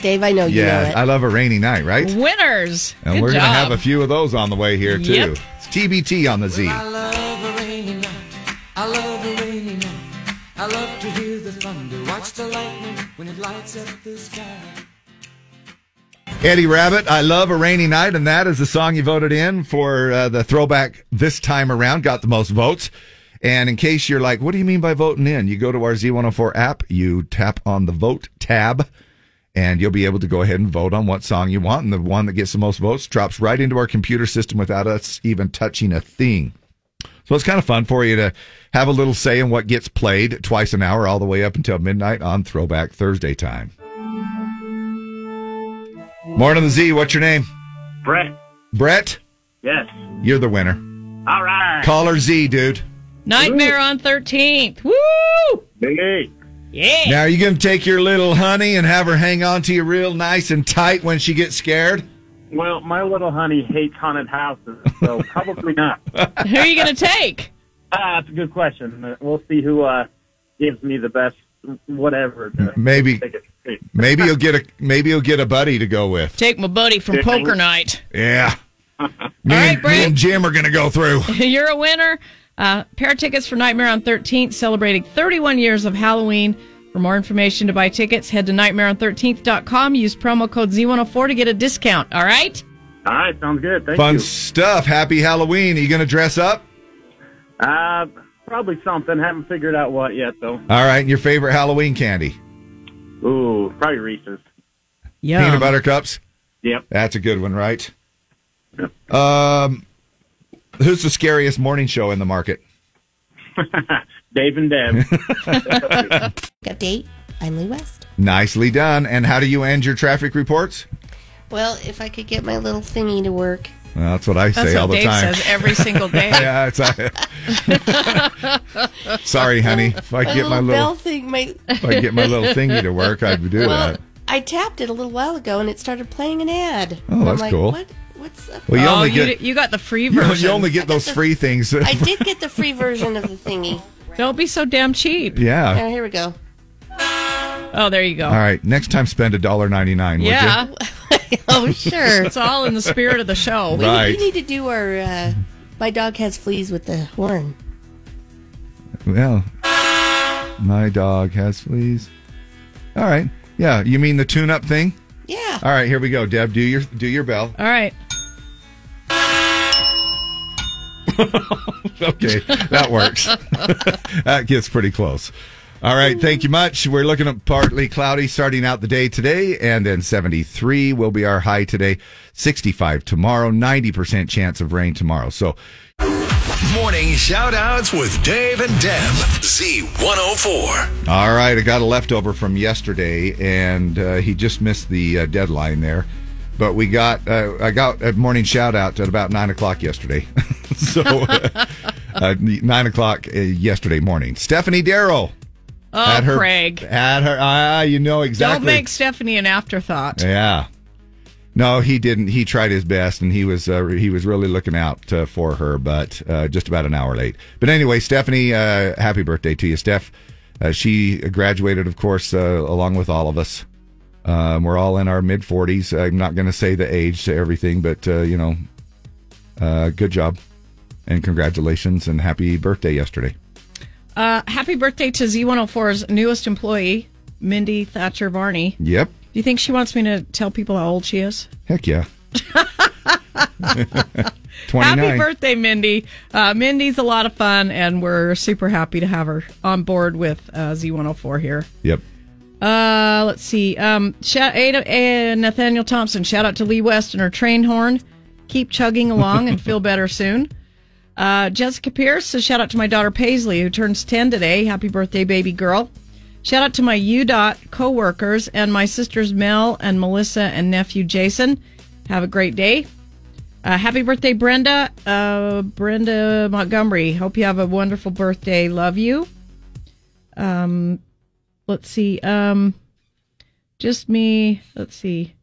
Dave, I know you
Yeah,
know
I
it.
love a rainy night, right?
winners.
And
Good
we're
job.
gonna have a few of those on the way here too.
Yep.
It's TBT on the Z.
I love a rainy night. I love a rainy night. I love to hear the thunder. Watch the lightning when it lights up the sky.
Eddie Rabbit, I love a rainy night, and that is the song you voted in for uh, the throwback this time around. Got the most votes. And in case you're like, what do you mean by voting in? You go to our Z104 app, you tap on the vote tab, and you'll be able to go ahead and vote on what song you want. And the one that gets the most votes drops right into our computer system without us even touching a thing. So it's kind of fun for you to have a little say in what gets played twice an hour, all the way up until midnight on Throwback Thursday time. Morning, the Z. What's your name?
Brett.
Brett,
Yes.
you're the winner.
All right.
Caller Z, dude.
Nightmare on 13th. Woo!
Biggie.
Yeah.
Now, are you going to take your little honey and have her hang on to you real nice and tight when she gets scared?
Well, my little honey hates haunted houses, so probably not.
Who are you going to take?
Ah, that's a good question. We'll see who uh, gives me the best whatever. To
Maybe,
take it.
maybe you'll get a maybe you'll get a buddy to go with.
Take my buddy from poker night.
Yeah. Me,
All right,
and, me
Brett.
and Jim are going to go through.
You're a winner. Uh, pair of tickets for Nightmare on 13th, celebrating 31 years of Halloween. For more information to buy tickets, head to nightmareon13th.com. Use promo code Z104 to get a discount. All right?
All right, sounds good. Thank
Fun
you.
stuff. Happy Halloween. Are you going to dress up?
Uh, probably something. Haven't figured out what yet, though.
All right. And your favorite Halloween candy?
Ooh, probably Reese's.
Yeah.
Peanut butter cups.
Um, Yep.
That's a good one, right?
Yep.
Um, who's the scariest morning show in the market?
Dave and Deb.
Update. I'm Lee West.
Nicely done. And how do you end your traffic reports?
Well, if I could get my little thingy to work.
Well, that's what I say all the time.
every single day.
yeah, it's, sorry, honey. If I
my
could get my
bell
little
thing, my
if I could get my little thingy to work, I'd do
Well,
that.
I tapped it a little while ago and it started playing an ad.
Oh,
And I'm
that's
like,
cool.
What? What's up?
Well, you only
oh, you,
get-
d- you got the free
You,
version.
you only get those free things.
I did get the free version of the thingy.
Don't be so damn cheap.
Yeah.
Oh, here we go.
Oh, there you go.
All right, next time spend a dollar ninety nine.
Yeah.
oh, sure.
It's all in the spirit of the show.
We,
Right.
we need to do our. Uh, my dog has fleas with the horn.
Would you? Well, my dog has fleas. All right. Yeah. You mean the tune up thing?
Yeah.
All right. Here we go, Deb. Do your do your bell.
All right.
okay, that works. that gets pretty close. All right, thank you much. We're looking at partly cloudy starting out the day today, and then 73 will be our high today, 65 tomorrow, 90% chance of rain tomorrow. So,
Morning shout outs with Dave oh and Deb. Z104.
all right, I got a leftover from yesterday, and uh, he just missed the uh, deadline there. But we got, uh, I got a morning shout out at about nine o'clock yesterday. so, uh, uh, nine o'clock uh, yesterday morning. Stephanie Darrell.
Oh,
at her,
Craig.
At her, ah, you know exactly.
Don't make Stephanie an afterthought.
Yeah. No, he didn't. He tried his best, and he was uh, he was really looking out uh, for her, but uh, just about an hour late. But anyway, Stephanie, uh, happy birthday to you, Steph. Uh, she graduated, of course, uh, along with all of us. Um, we're all in our mid forties. I'm not going to say the age to everything, but uh, you know, uh, good job and congratulations and happy birthday yesterday.
Uh, happy birthday to Z104's newest employee, Mindy Thatcher Varney. Do
Yep.
you think she wants me to tell people how old she is?
Heck yeah. 29.
Happy birthday, Mindy. Uh, Mindy's a lot of fun, and we're super happy to have her on board with uh, Z104 here.
Yep.
Uh, let's see. Um, shout, Ada, eh, Nathaniel Thompson, shout out to Lee West and her train horn. Keep chugging along and feel better soon. Uh, Jessica Pierce says, shout out to my daughter Paisley, who turns 10 today. Happy birthday, baby girl. Shout out to my UDOT co workers and my sisters Mel and Melissa and nephew Jason. Have a great day. Uh, happy birthday, Brenda. Uh, Brenda Montgomery. Hope you have a wonderful birthday. Love you. Um, let's see. Um, just me. Let's see.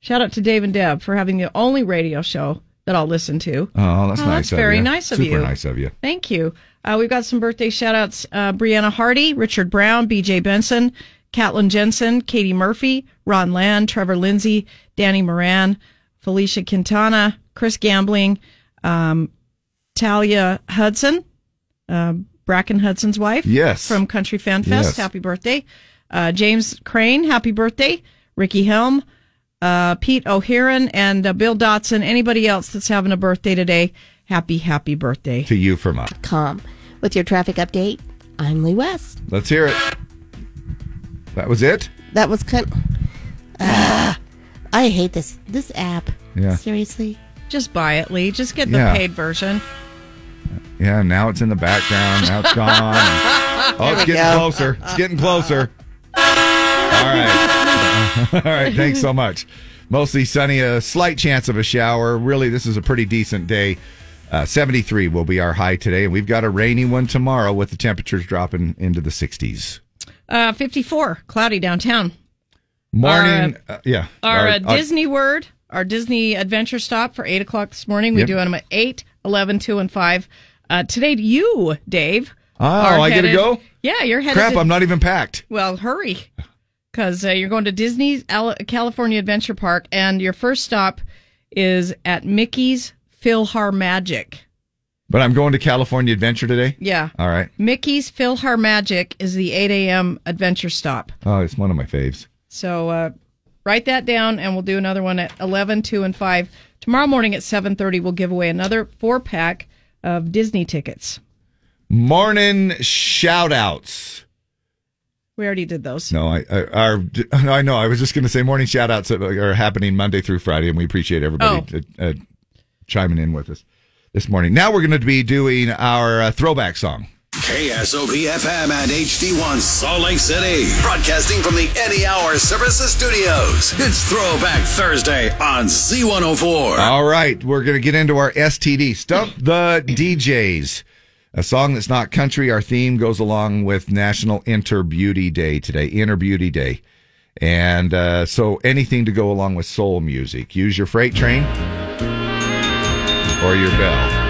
Shout out to Dave and Deb for having the only radio show that I'll listen to.
Oh, that's
Oh,
nice.
that's
of
very
you.
nice of
Super
you.
nice of you.
Thank you. Uh, we've got some birthday shout outs uh, Brianna Hardy, Richard Brown, BJ Benson, Catlin Jensen, Katie Murphy, Ron Land, Trevor Lindsay, Danny Moran, Felicia Quintana, Chris Gambling, um, Talia Hudson, uh, Bracken Hudson's wife.
Yes.
From Country Fan Fest.
Yes.
Happy birthday. Uh, James Crane, happy birthday. Ricky Helm, uh, Pete O'Hearon, and uh, Bill Dotson. Anybody else that's having a birthday today, happy, happy birthday.
To you from us.
Com. With your traffic update, I'm Lee West.
Let's hear it. That was it?
That was kind Ah, I hate this. This app.
Yeah.
Seriously?
Just buy it, Lee. Just get the
Yeah.
paid version.
Yeah, now it's in the background. Now it's gone. oh, it's
There we
getting
go.
closer. It's getting closer. All right. All right. Thanks so much. Mostly sunny, a slight chance of a shower. Really, this is a pretty decent day. Uh, 73 will be our high today, and we've got a rainy one tomorrow with the temperatures dropping into the 60s.
Uh, 54, cloudy downtown.
Morning. uh, yeah.
Our, uh,
our-
Disney Word, our Disney Adventure Stop for 8 o'clock this morning. We
Yep.
do them at 8, 11, 2, and 5. Uh, today, you, Dave.
Oh,
are
I get to
headed-
go?
Yeah, you're headed
Crap,
to-
I'm not even packed.
Well, hurry, because uh, you're going to Disney's Al- California Adventure Park, and your first stop is at Mickey's Philhar Magic.
But I'm going to California Adventure today.
Yeah.
All right.
Mickey's Philhar Magic is the 8 a.m. adventure stop.
Oh, it's one of my faves.
So uh, write that down, and we'll do another one at 11, 2, and 5. Tomorrow morning at 7.30, we'll give away another four-pack of Disney tickets.
Morning shout outs.
We already did those.
No, I, I, our, I know. I was just going to say morning shout outs are happening Monday through Friday, and we appreciate everybody uh, uh, chiming in with us this morning. Now we're going to be doing our uh, throwback song.
KSOP FM and HD1 Salt Lake City. Broadcasting from the Any Hour Services Studios. It's Throwback Thursday on Z104.
All right, we're going to get into our STD Stump the DJs. A song that's not country. Our theme goes along with National Inter Beauty Day today, Inner Beauty Day. And uh, so anything to go along with soul music. Use your freight train or your bell.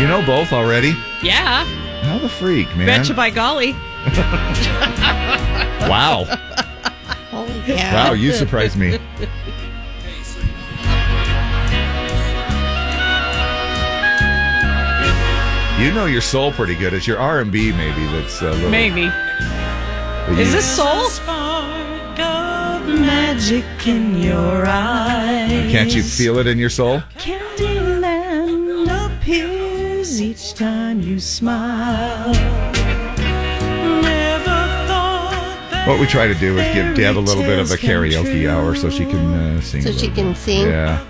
You know both already?
Yeah.
How the freak, man.
Betcha by golly.
Wow.
Holy
cow. Wow, you surprised me. You know your soul pretty good. It's your R and B maybe that's uh, a little.
Maybe.
that
Is
you-
this soul?
Magic in your eyes.
Can't you feel it in your soul?
Candyland appears each time you smile. Never thought
What we try to do is give Deb a little bit of a karaoke hour so she can uh, sing. a
So she
little
can
bit.
sing?
Yeah.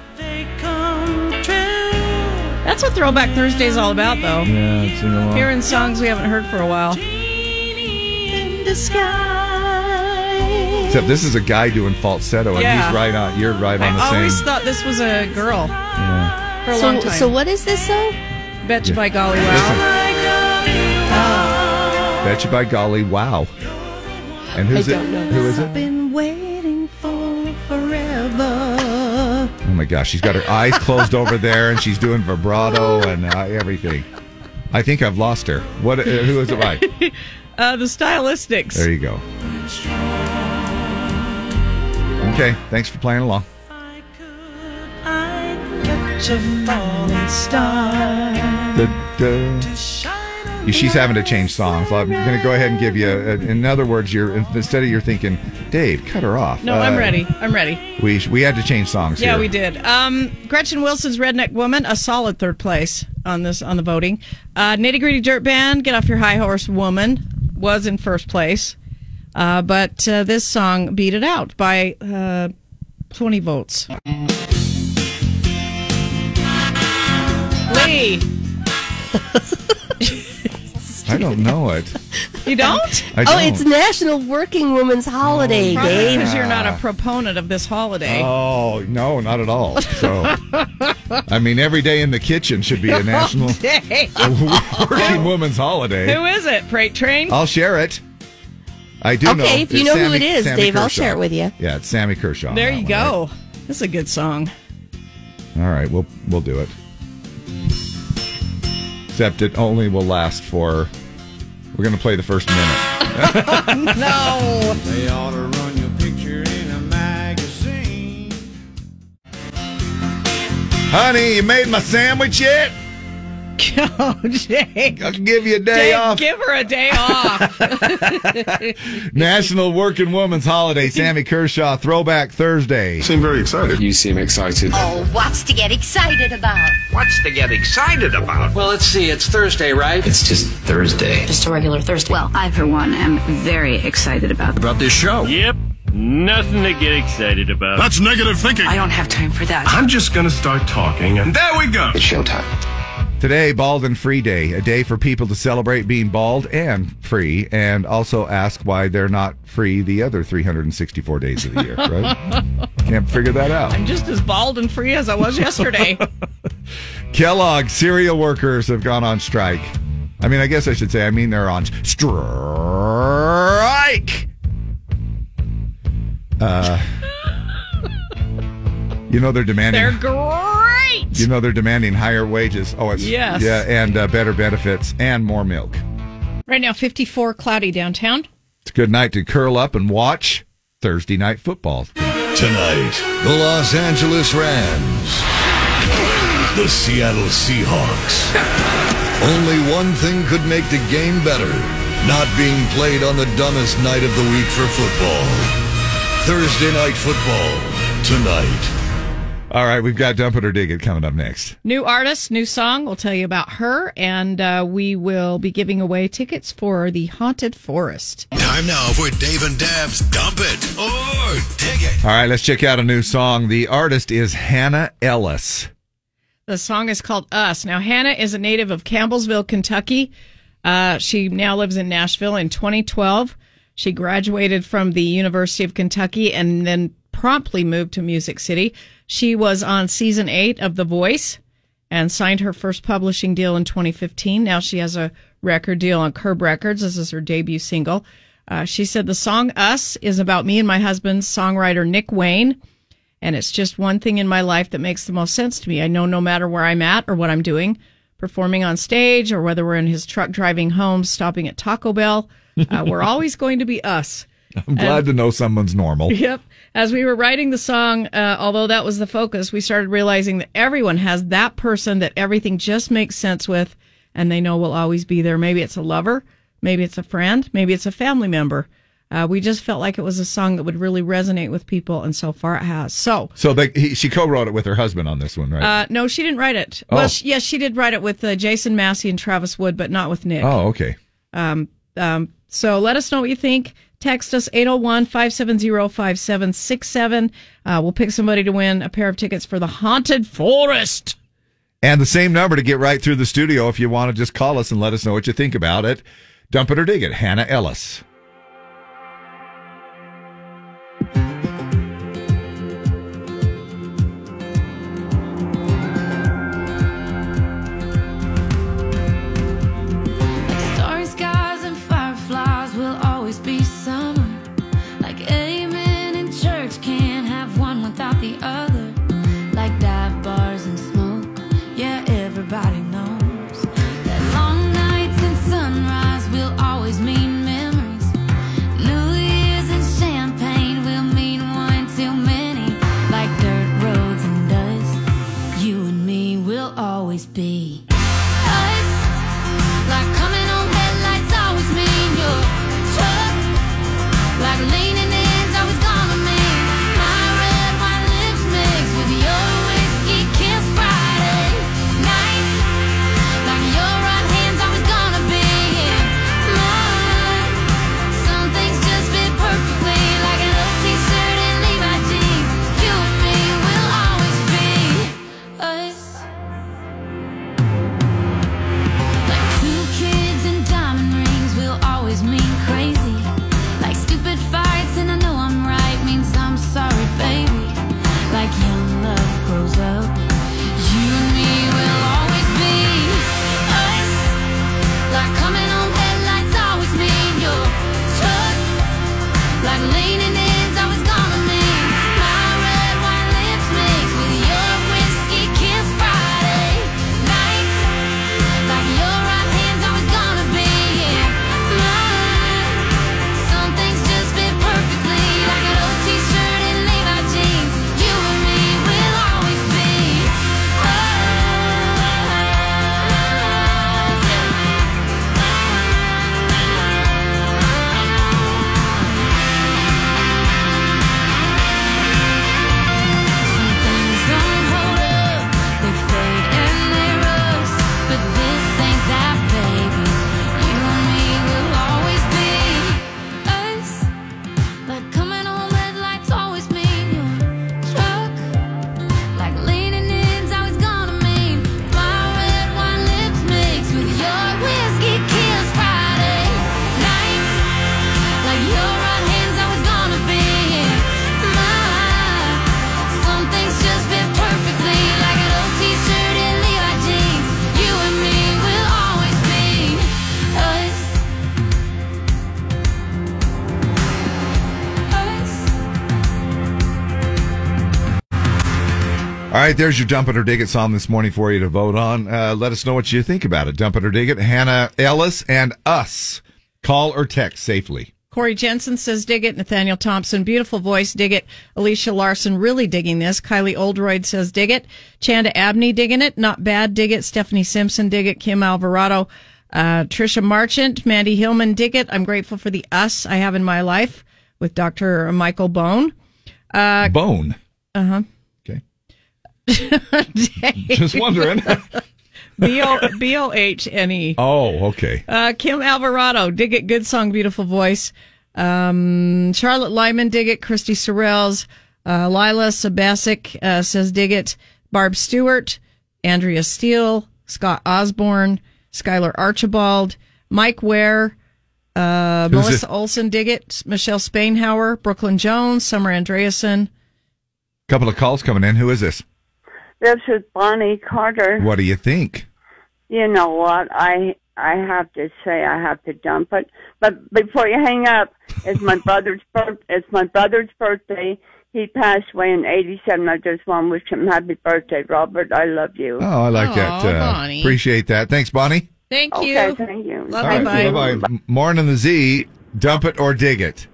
That's what Throwback Thursday is all about, though.
Yeah, sing along.
Hearing songs we haven't heard for a while.
in the sky.
Except this is a guy doing falsetto, and
Yeah.
he's right on. You're right on the
I always
same.
thought this was a girl
yeah.
for a
So-
long time.
so
what is this song? Betcha by golly wow.
Bet you by golly, wow. And who's it? Who is it?
Been waiting for forever.
Oh my gosh, she's got her eyes closed over there, and she's doing vibrato and uh, everything. I think I've lost her. What? Uh, who is it by?
Uh, the Stylistics.
There you go. Okay, thanks for playing along.
Catch a falling star.
Da, da. You- She's having to change songs. I'm going to go ahead and give you. uh, In other words, you're instead of you're thinking, Dave, cut her off.
No,
Uh,
I'm ready. I'm ready.
We sh- we had to change songs.
Yeah,
here.
we did. Um, Gretchen Wilson's Redneck Woman, a solid third place on this on the voting. Uh, Nitty Gritty Dirt Band, Get Off Your High Horse Woman, was in first place, uh, but uh, this song beat it out by uh, 20 votes. Lee,
I don't know it.
you don't?
I
Oh, it's
don't.
National Working Women's Holiday,
Oh,
Dave.
Because you're not
Ah.
a proponent of this holiday.
Oh no, not at all. So, I mean, every day in the kitchen should be a national
Day.
working woman's holiday.
Who is it? Freight Train?
I'll share it. I do
Okay,
know.
if you
It's
know who it is, Dave, I'll
Kershaw.
share it with you.
Yeah, it's Sammy Kershaw. on
there
that
you
one.
go. This is a good song.
All right, we'll we'll do it. Except it only will last for. We're gonna play the first minute.
no.
They ought to run your picture in a magazine.
Honey, you made my sandwich yet?
Oh, Jake.
I'll give you a day
Jake,
off.
Give her a day off.
National Working Woman's Holiday. Sammy Kershaw Throwback Thursday. Seem very excited. You seem excited.
Oh, what's to get excited about?
What's to get excited about? Well, let's see. It's Thursday, right? It's just Thursday.
Just a regular Thursday. Well, I, for one, am very excited about.
About this show. Yep.
Nothing to get excited about.
That's negative thinking.
I don't have time for that.
I'm just going to start talking, and there we go. It's showtime.
Today, Bald and Free Day, a day for people to celebrate being bald and free, and also ask why they're not free the other 364 days of the year, right? Can't figure that out.
I'm just as bald and free as I was yesterday.
Kellogg cereal workers have gone on strike. I mean, I guess I should say, I mean, they're on strike. Uh, you know, they're demanding.
They're great.
You know they're demanding higher wages. Oh, it's
Yes.
yeah, and uh, better benefits and more milk.
Right now, 54 cloudy downtown.
It's a good night to curl up and watch Thursday night football.
Tonight, the Los Angeles Rams, the Seattle Seahawks. Only one thing could make the game better not being played on the dumbest night of the week for football. Thursday Night Football, tonight.
All right, we've got dump it or dig it coming up next.
New artist, new song. We'll tell you about her, and uh, we will be giving away tickets for the Haunted Forest.
Time now for Dave and Dab's Dump It or Dig It.
All right, let's check out a new song. The artist is Hannah Ellis.
The song is called Us. Now, Hannah is a native of Campbellsville, Kentucky. Uh, she now lives in Nashville. In 2012, she graduated from the University of Kentucky and then promptly moved to Music City. She was on season eight of The Voice and signed her first publishing deal in 2015. Now she has a record deal on Curb Records. This is her debut single. Uh, she said the song Us is about me and my husband, songwriter Nick Wayne. And it's just one thing in my life that makes the most sense to me. I know no matter where I'm at or what I'm doing, performing on stage or whether we're in his truck driving home, stopping at Taco Bell, uh, we're always going to be us.
I'm glad to know someone's normal.
Yep. As we were writing the song, uh, although that was the focus, we started realizing that everyone has that person that everything just makes sense with and they know will always be there. Maybe it's a lover, maybe it's a friend, maybe it's a family member. Uh, we just felt like it was a song that would really resonate with people, and so far it has. So,
So they, he, she co-wrote it with her husband on this one, right?
uh, no, she didn't write it.
Oh.
Well, she, yes, she did write it with uh, Jason Massey and Travis Wood, but not with Nick.
oh, okay.
Um, um, so let us know what you think. Text us 801 570 5767. Uh, We'll pick somebody to win a pair of tickets for the Haunted Forest.
And the same number to get right through the studio if you want to just call us and let us know what you think about it. Dump it or dig it, Hannah Ellis.
Starry skies and fireflies will always be summer. Like amen in church, can't have one without the other. Like dive bars and smoke, yeah, everybody knows. That long nights and sunrise will always mean memories. New Year's and champagne will mean one too many. Like dirt roads and dust, you and me will always be. Us. Like coming on headlights always mean your truck. Like leaning in's always gonna mean my red wine lips mixed with your whiskey kiss Friday night. Like your right hand's always gonna be in mine. Some things just fit perfectly, like an old T-shirt and Levi jeans. You and me will always be us. Like two kids and diamond rings will always mean crazy. Like stupid fights and I know I'm right means I'm sorry, baby. Like young love grows up. You and me will always be us. Like coming on headlights always mean you're stuck. Like leaning in's always gonna mean my red wine lips mixed with your whiskey kiss Friday night. Like your right hand's always gonna be in mine. Some things just fit perfectly, like an old T-shirt and Levi jeans. You and me will always be. Some things don't hold up, they fade and they rust. But this ain't that, baby. You and me will always be us. Like coming on red lights always mean your truck. Like leaning in's always gonna mean my red wine lips mixed with your whiskey kiss Friday night. Like your right hand's always gonna be in mine. Some things just fit perfectly, like an old T-shirt and Levi jeans. You and me will always be us. Us.
All right, there's your dump it or dig it song this morning for you to vote on. Uh, let us know what you think about it. Dump it or dig it, Hannah Ellis and us. Call or text safely.
Corey Jensen says, dig it. Nathaniel Thompson, beautiful voice, dig it. Alicia Larson, really digging this. Kylie Oldroyd says, dig it. Chanda Abney, digging it. Not bad, dig it. Stephanie Simpson, dig it. Kim Alvarado, uh, Trisha Marchant, Mandy Hillman, dig it. I'm grateful for the us I have in my life with Dr. Michael Bone. Uh,
Bone.
Uh huh.
Okay.
Just
wondering.
B O B O H N E.
Oh, okay.
Uh, Kim Alvarado, dig it, good song, beautiful voice. Um, Charlotte Lyman, dig it. Christy Sorrells, uh, Lila Sabasic uh, says dig it. Barb Stewart, Andrea Steele, Scott Osborne, Skylar Archibald, Mike Ware, uh,
Who's
Melissa
it?
Olson Diggett, Michelle Spainhauer, Brooklyn Jones, Summer Andreasen.
Couple of calls coming in. Who is this?
This is Bonnie Carter.
What do you think?
You know what? I I have to say I have to dump it. But before you hang up, it's my brother's birth. It's my brother's birthday. He passed away in '87. I just want to wish him happy birthday, Robert. I love you.
Oh, I like that. Uh, appreciate that. Thanks, Bonnie.
Thank
you. Okay, thank you.
Love
All right, bye-bye. Morning on the Z. Dump it or dig it.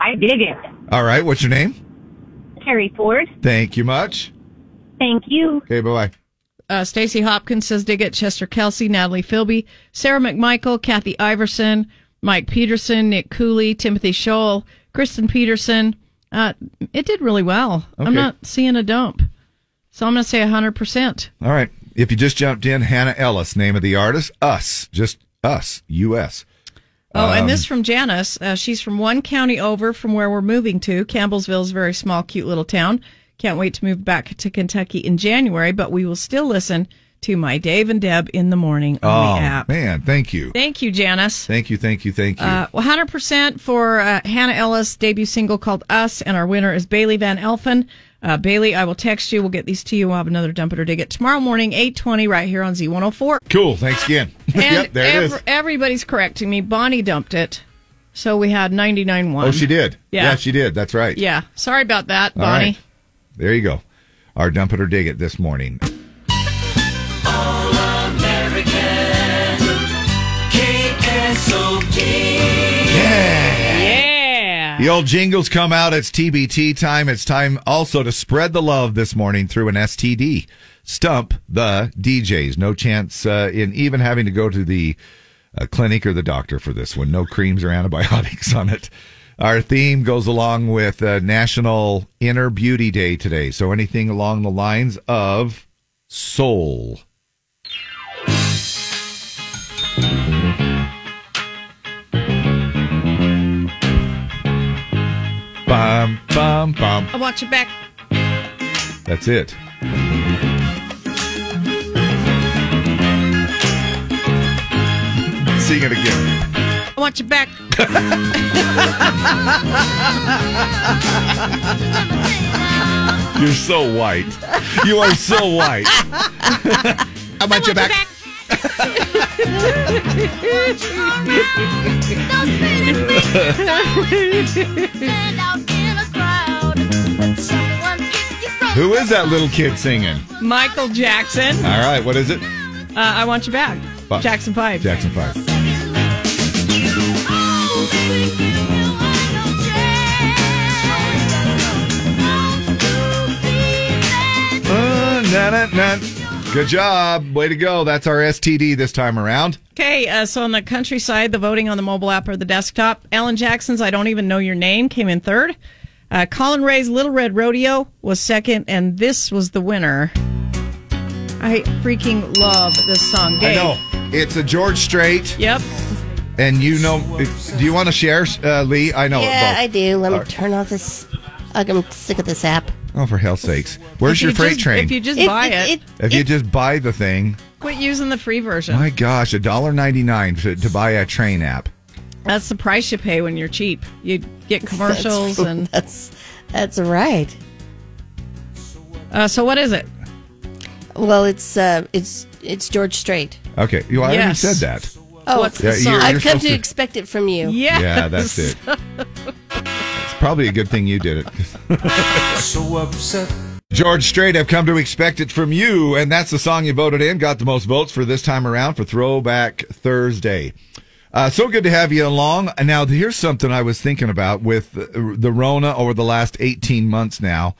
I dig it.
All right. What's your name?
Terry Ford.
Thank you much.
Thank you.
Okay. Bye bye.
Uh, Stacy Hopkins says Diggett, Chester Kelsey, Natalie Philby, Sarah McMichael, Kathy Iverson, Mike Peterson, Nick Cooley, Timothy Scholl, Kristen Peterson. Uh, it did really well.
Okay.
I'm not seeing a dump. So I'm going to say 100%.
All right. If you just jumped in, Hannah Ellis, name of the artist, Us, just Us, U.S.
Oh,
Um,
and this from Janice. Uh, she's from one county over from where we're moving to. Campbellsville's a very small, cute little town. Can't wait to move back to Kentucky in January, but we will still listen to my Dave and Deb in the morning on the
Oh
app.
man, thank you,
Thank you, Janice.
thank you, thank you, thank you.
Uh, 100% for uh, Hannah Ellis' debut single called Us, and our winner is Bailey Van Elfen. Uh, Bailey, I will text you. We'll get these to you. We'll have another dump it or dig it tomorrow morning, 820, right here on Z104.
cool. Thanks again.
And
yep, there it
ev-
is.
everybody's correcting me. Bonnie dumped it, so we had 99.1.
Oh, she did.
Yeah.
she did. That's right.
Yeah. Sorry about that,
All
Bonnie.
right. There you go. Our dump it or dig it this morning.
Yeah.
The old jingles come out. It's TBT time. It's time also to spread the love this morning through an STD. Stump the DJs. No chance uh, in even having to go to the uh, clinic or the doctor for this one. No creams or antibiotics on it. Our theme goes along with uh, National Inner Beauty Day today. So anything along the lines of soul. Bum, bum, bum.
I want you back.
That's it. Sing it again.
I want you back.
You're so white. You are so white. I want you back. Who is that little kid singing?
Michael Jackson.
All right, what is it?
Uh, I want you back.
Five.
Jackson 5.
Jackson 5. Uh, na, na, na. Good job. Way to go. That's our STD this time around.
Okay, uh, so on the countryside, the voting on the mobile app or the desktop, Alan Jackson's I Don't Even Know Your Name came in third. Uh, Colin Ray's Little Red Rodeo was second, and this was the winner. I freaking love this song, Dave.
I know. It's a George Strait.
Yep.
And you know, do you want to share, uh, Lee? I know. it,
yeah,
both.
I do. Let me
All right.
turn off this. I'm sick of this app.
Oh, for hell's sakes. Where's
If
your
you
freight
just-
train?
If you just buy it,
If you just buy the thing,
quit using the free version.
my gosh, a dollar ninety nine to, to buy a train app.
That's the price you pay when you're cheap. You get commercials
That's-
and
that's that's right.
Uh, so what is it?
Well, it's uh, it's it's George Strait.
Okay, you already
Yes.
said that.
Oh,
What's the Yeah, you're- song? you're
I've come
supposed
to,
to-
expect it from you.
Yeah. Yeah, that's it. It's probably a good thing you did it.
so upset.
George Strait, I've come to expect it from you, and that's the song you voted in. Got the most votes for this time around for Throwback Thursday. Uh, so good to have you along. And Now, here's something I was thinking about with the, the Rona over the last 18 months now.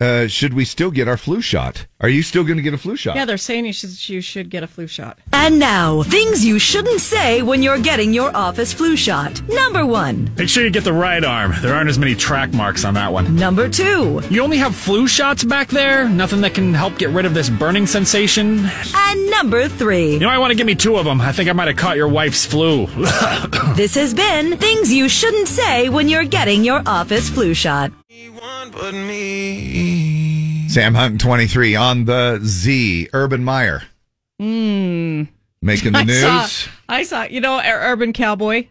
Uh, should we still get our flu shot? Are you still going to get a flu shot?
Yeah, they're saying you should you should get a flu shot.
And now, things you shouldn't say when you're getting your office flu shot. Number one.
Make sure you get the right arm. There aren't as many track marks on that one.
Number two.
You only have flu shots back there? Nothing that can help get rid of this burning sensation?
And number three. You
know, I want to give me two of them. I think I might have caught your wife's flu.
This has been Things You Shouldn't Say When You're Getting Your Office Flu Shot.
Sam Hunt, 23, on the Z. Urban Meyer
Mm.
making the
I
news.
Saw, I saw, you know, Ur- Urban Cowboy,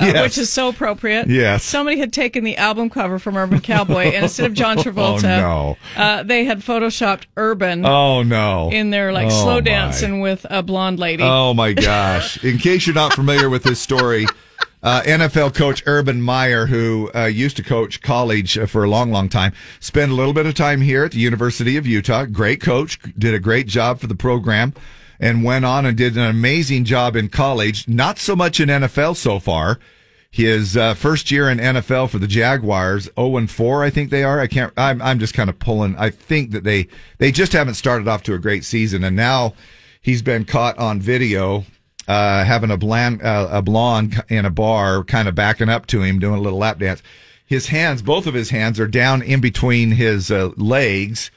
uh,
Yes.
which is so appropriate.
Yes.
Somebody had taken the album cover from Urban Cowboy, and instead of John
Oh,
Travolta,
no.
uh, they had photoshopped Urban
Oh, no.
in there, like
Oh,
slow
my.
dancing with a blonde lady.
Oh my gosh! In case you're not familiar with this story, uh, NFL coach Urban Meyer, who uh, used to coach college uh, for a long, long time, spent a little bit of time here at the University of Utah. Great coach, did a great job for the program, and went on and did an amazing job in college. Not so much in NFL so far. His uh, first year in NFL for the Jaguars, 0 and 4, I think they are. I can't. I'm, I'm just kind of pulling. I think that they they just haven't started off to a great season, and now he's been caught on video uh, having a blonde, uh, a blonde in a bar, kind of backing up to him, doing a little lap dance. His hands, both of his hands, are down in between his uh, legs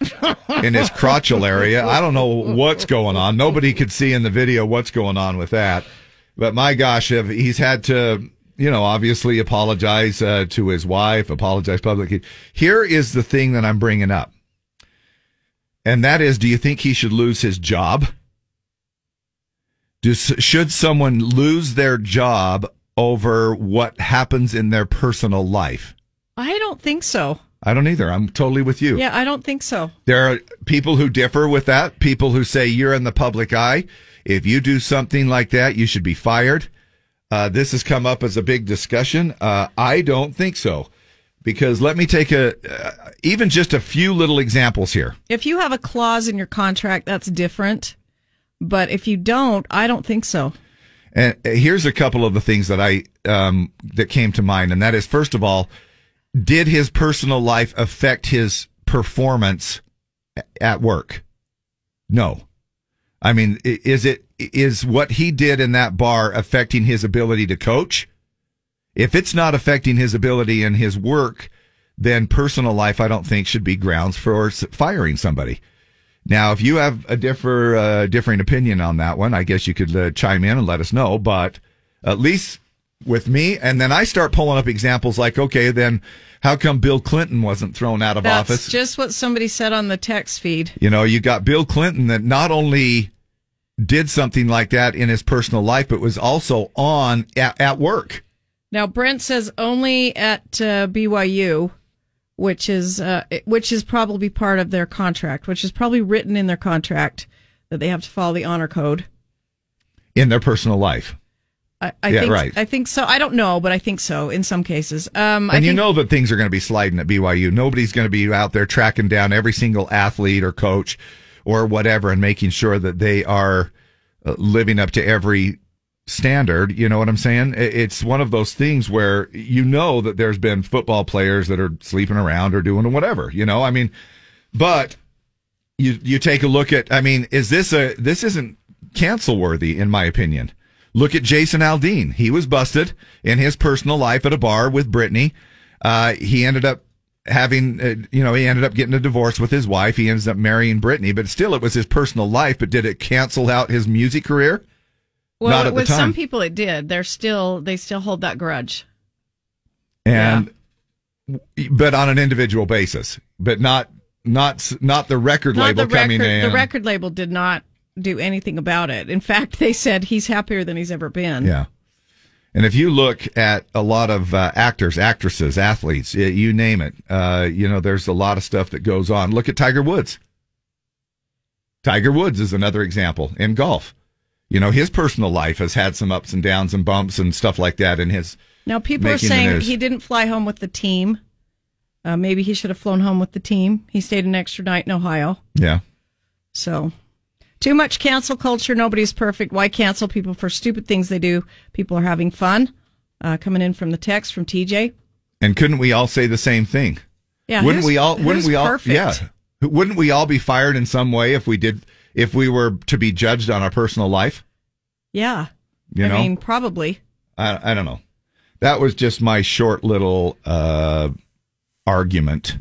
in his crotchal area. I don't know what's going on. Nobody could see in the video what's going on with that. But my gosh, if he's had to, you know, obviously apologize uh, to his wife, apologize publicly. Here is the thing that I'm bringing up. And that is, do you think he should lose his job? Do, should someone lose their job over what happens in their personal life?
I don't think so.
I don't either. I'm totally with you.
Yeah, I don't think so.
There are people who differ with that. People who say you're in the public eye. If you do something like that, you should be fired. Uh, this has come up as a big discussion. Uh, I don't think so, because let me take a uh, even just a few little examples here.
If you have a clause in your contract, that's different. But if you don't, I don't think so.
And uh, here's a couple of the things that I um, that came to mind, and that is first of all, did his personal life affect his performance at work? No. I mean, i- is it is what he did in that bar affecting his ability to coach? If it's not affecting his ability in his work, then personal life I don't think should be grounds for s- firing somebody. Now, if you have a differ uh, differing opinion on that one, I guess you could uh, chime in and let us know. But at least with me, and then I start pulling up examples like, okay, then how come Bill Clinton wasn't thrown out of
That's
office?
just what somebody said on the text feed.
You know, you got Bill Clinton that not only did something like that in his personal life, but was also on at, at work.
Now Brent says only at uh, BYU, which is uh, which is probably part of their contract, which is probably written in their contract that they have to follow the honor code.
in their personal life.
I, I
Yeah,
think
right.
I think so. I don't know, but I think so in some cases. Um, I
and you
think-
know that things are going to be sliding at BYU. Nobody's going to be out there tracking down every single athlete or coach or whatever and making sure that they are uh, living up to every standard. You know what I'm saying? I- It's one of those things where you know that there's been football players that are sleeping around or doing whatever. You know, I mean, but you you take a look at. I mean, is this a this isn't cancel worthy in my opinion. Look at Jason Aldean. He was busted in his personal life at a bar with Brittany. Uh, he ended up having, uh, you know, he ended up getting a divorce with his wife. He ends up marrying Brittany, but still, it was his personal life. But did it cancel out his music career?
well,
Not
it
at the
was
time.
some people it did. They're still they still hold that grudge.
and but on an individual basis, but not not not the record
Not
label
the
coming
record.
in.
The record label did not do anything about it. In fact, they said he's happier than he's ever been.
Yeah. And if you look at a lot of uh, actors, actresses, athletes, y- you name it, uh, you know, there's a lot of stuff that goes on. Look at Tiger Woods. Tiger Woods is another example in golf. You know, his personal life has had some ups and downs and bumps and stuff like that in his.
Now people
making
are
the
saying
news.
he didn't fly home with the team. Uh, maybe he should have flown home with the team. He stayed an extra night in Ohio.
Yeah.
So, too much cancel culture. Nobody's perfect. Why cancel people for stupid things they do? People are having fun. Uh, coming in from the text from TJ.
And couldn't we all say the same thing?
Yeah,
Wouldn't
who's-
we all? Wouldn't
who's
we all?
perfect?
Yeah. Wouldn't we all be fired in some way if we did? If we were to be judged on our personal life?
Yeah.
You
I
know?
mean, probably.
I, I don't know. That was just my short little uh, argument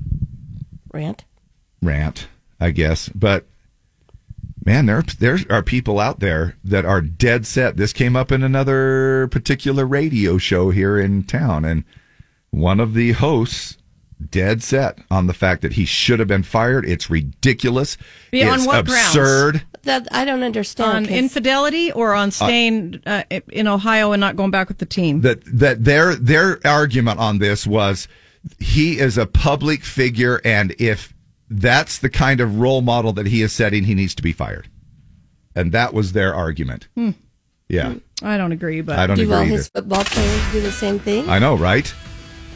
Rant.
rant, I guess. But man, there there are people out there that are dead set. This came up in another particular radio show here in town, and one of the hosts dead set on the fact that he should have been fired. It's ridiculous.
Be- on
it's
what grounds?
absurd.
That I don't understand. On
'cause-
infidelity or on staying uh, in Ohio and not going back with the team?
that that their their argument on this was he is a public figure and if that's the kind of role model that he is setting he needs to be fired and that was their argument
Hmm.
yeah
I don't agree, but
I don't
do
agree
all
either.
his football players do the same thing?
i know right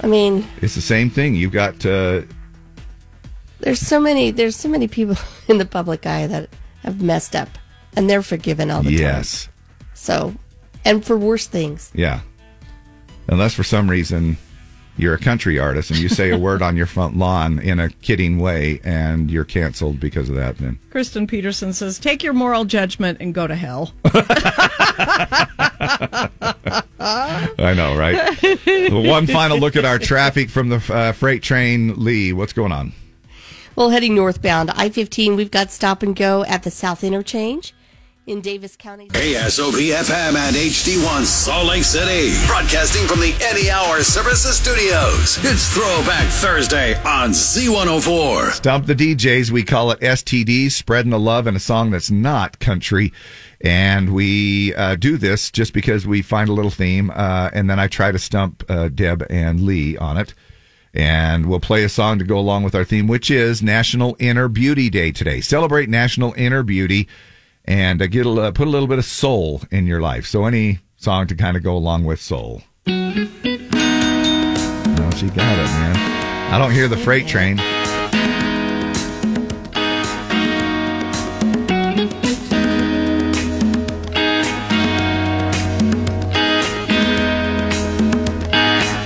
I mean,
it's the same thing you've got uh,
there's so many there's so many people in the public eye that have messed up, and they're forgiven all the
yes
time. So, and for worse things,
yeah unless for some reason you're a country artist and you say a word on your front lawn in a kidding way and you're canceled because of that then
Kristen Peterson says, "Take your moral judgment and go to hell."
I know, right? Well, One final look at our traffic from the uh, freight train. Lee, what's going on?
Well, heading northbound, I 15, we've got stop and go at the South Interchange in Davis County.
KSOP FM and HD1 Salt Lake City. Broadcasting from the Any Hour Services Studios. It's Throwback Thursday on Z104.
Stump the DJs. We call it STD, spreading the love in a song that's not country. And we uh, do this just because we find a little theme, uh, and then I try to stump uh, Deb and Lee on it. And we'll play a song to go along with our theme, which is National Inner Beauty Day today. Celebrate National Inner Beauty and uh, get a, uh, put a little bit of soul in your life. So, any song to kind of go along with soul. No, she got it, man. I don't hear the freight train.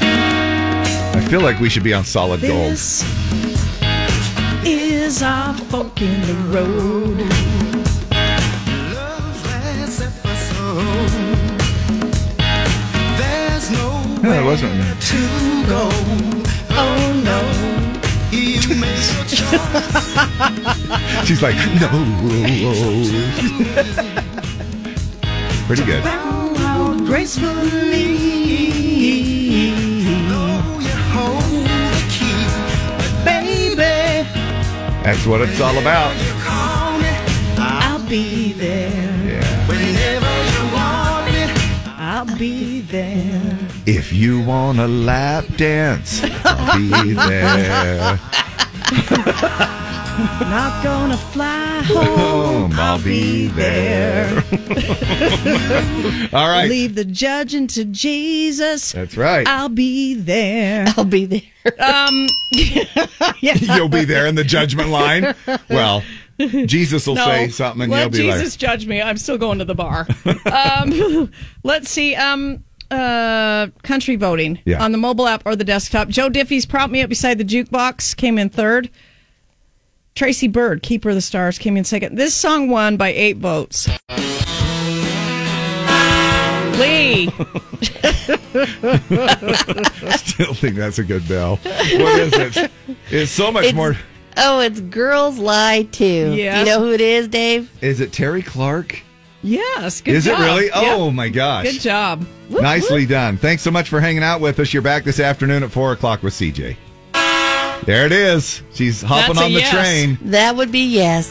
I feel like we should be on solid gold.
This is our fork in the road.
There's no
No, that wasn't me.
to go. Oh no, you made a choice.
She's like, no. Pretty good.
Round gracefully. Though you hold the key, but baby,
That's what it's all about.
call me. I'll be there.
Yeah.
Whenever you want me, I'll be there.
If you want a lap dance, I'll be there.
Not gonna fly home.
Home, I'll be there. all right.
Leave the judging to Jesus.
That's right.
I'll be there. I'll
be there.
Um, yeah.
You'll be there in the judgment line. Well, Jesus will
No.
say something and
Let
you'll be
Jesus judge me. I'm still going to the bar. um, let's see. Um, uh, country voting
Yeah.
on the mobile app or the desktop. Joe Diffie's prop me up beside the jukebox came in third. Tracy Bird, Keeper of the Stars, came in second. This song won by eight votes. Lee.
like, still think that's a good bell. What is it? It's so much
It's-
more.
Oh, it's Girls Lie Too.
Yeah.
Do you know who it is, Dave?
Is it Terry Clark?
Yes. Good
is
job.
it really? Oh
Yep.
my gosh.
Good job.
Nicely done. Thanks so much for hanging out with us. You're back this afternoon at 4 o'clock with CJ. There it is. She's hopping
That's a
on the
yes.
train.
That would be yes.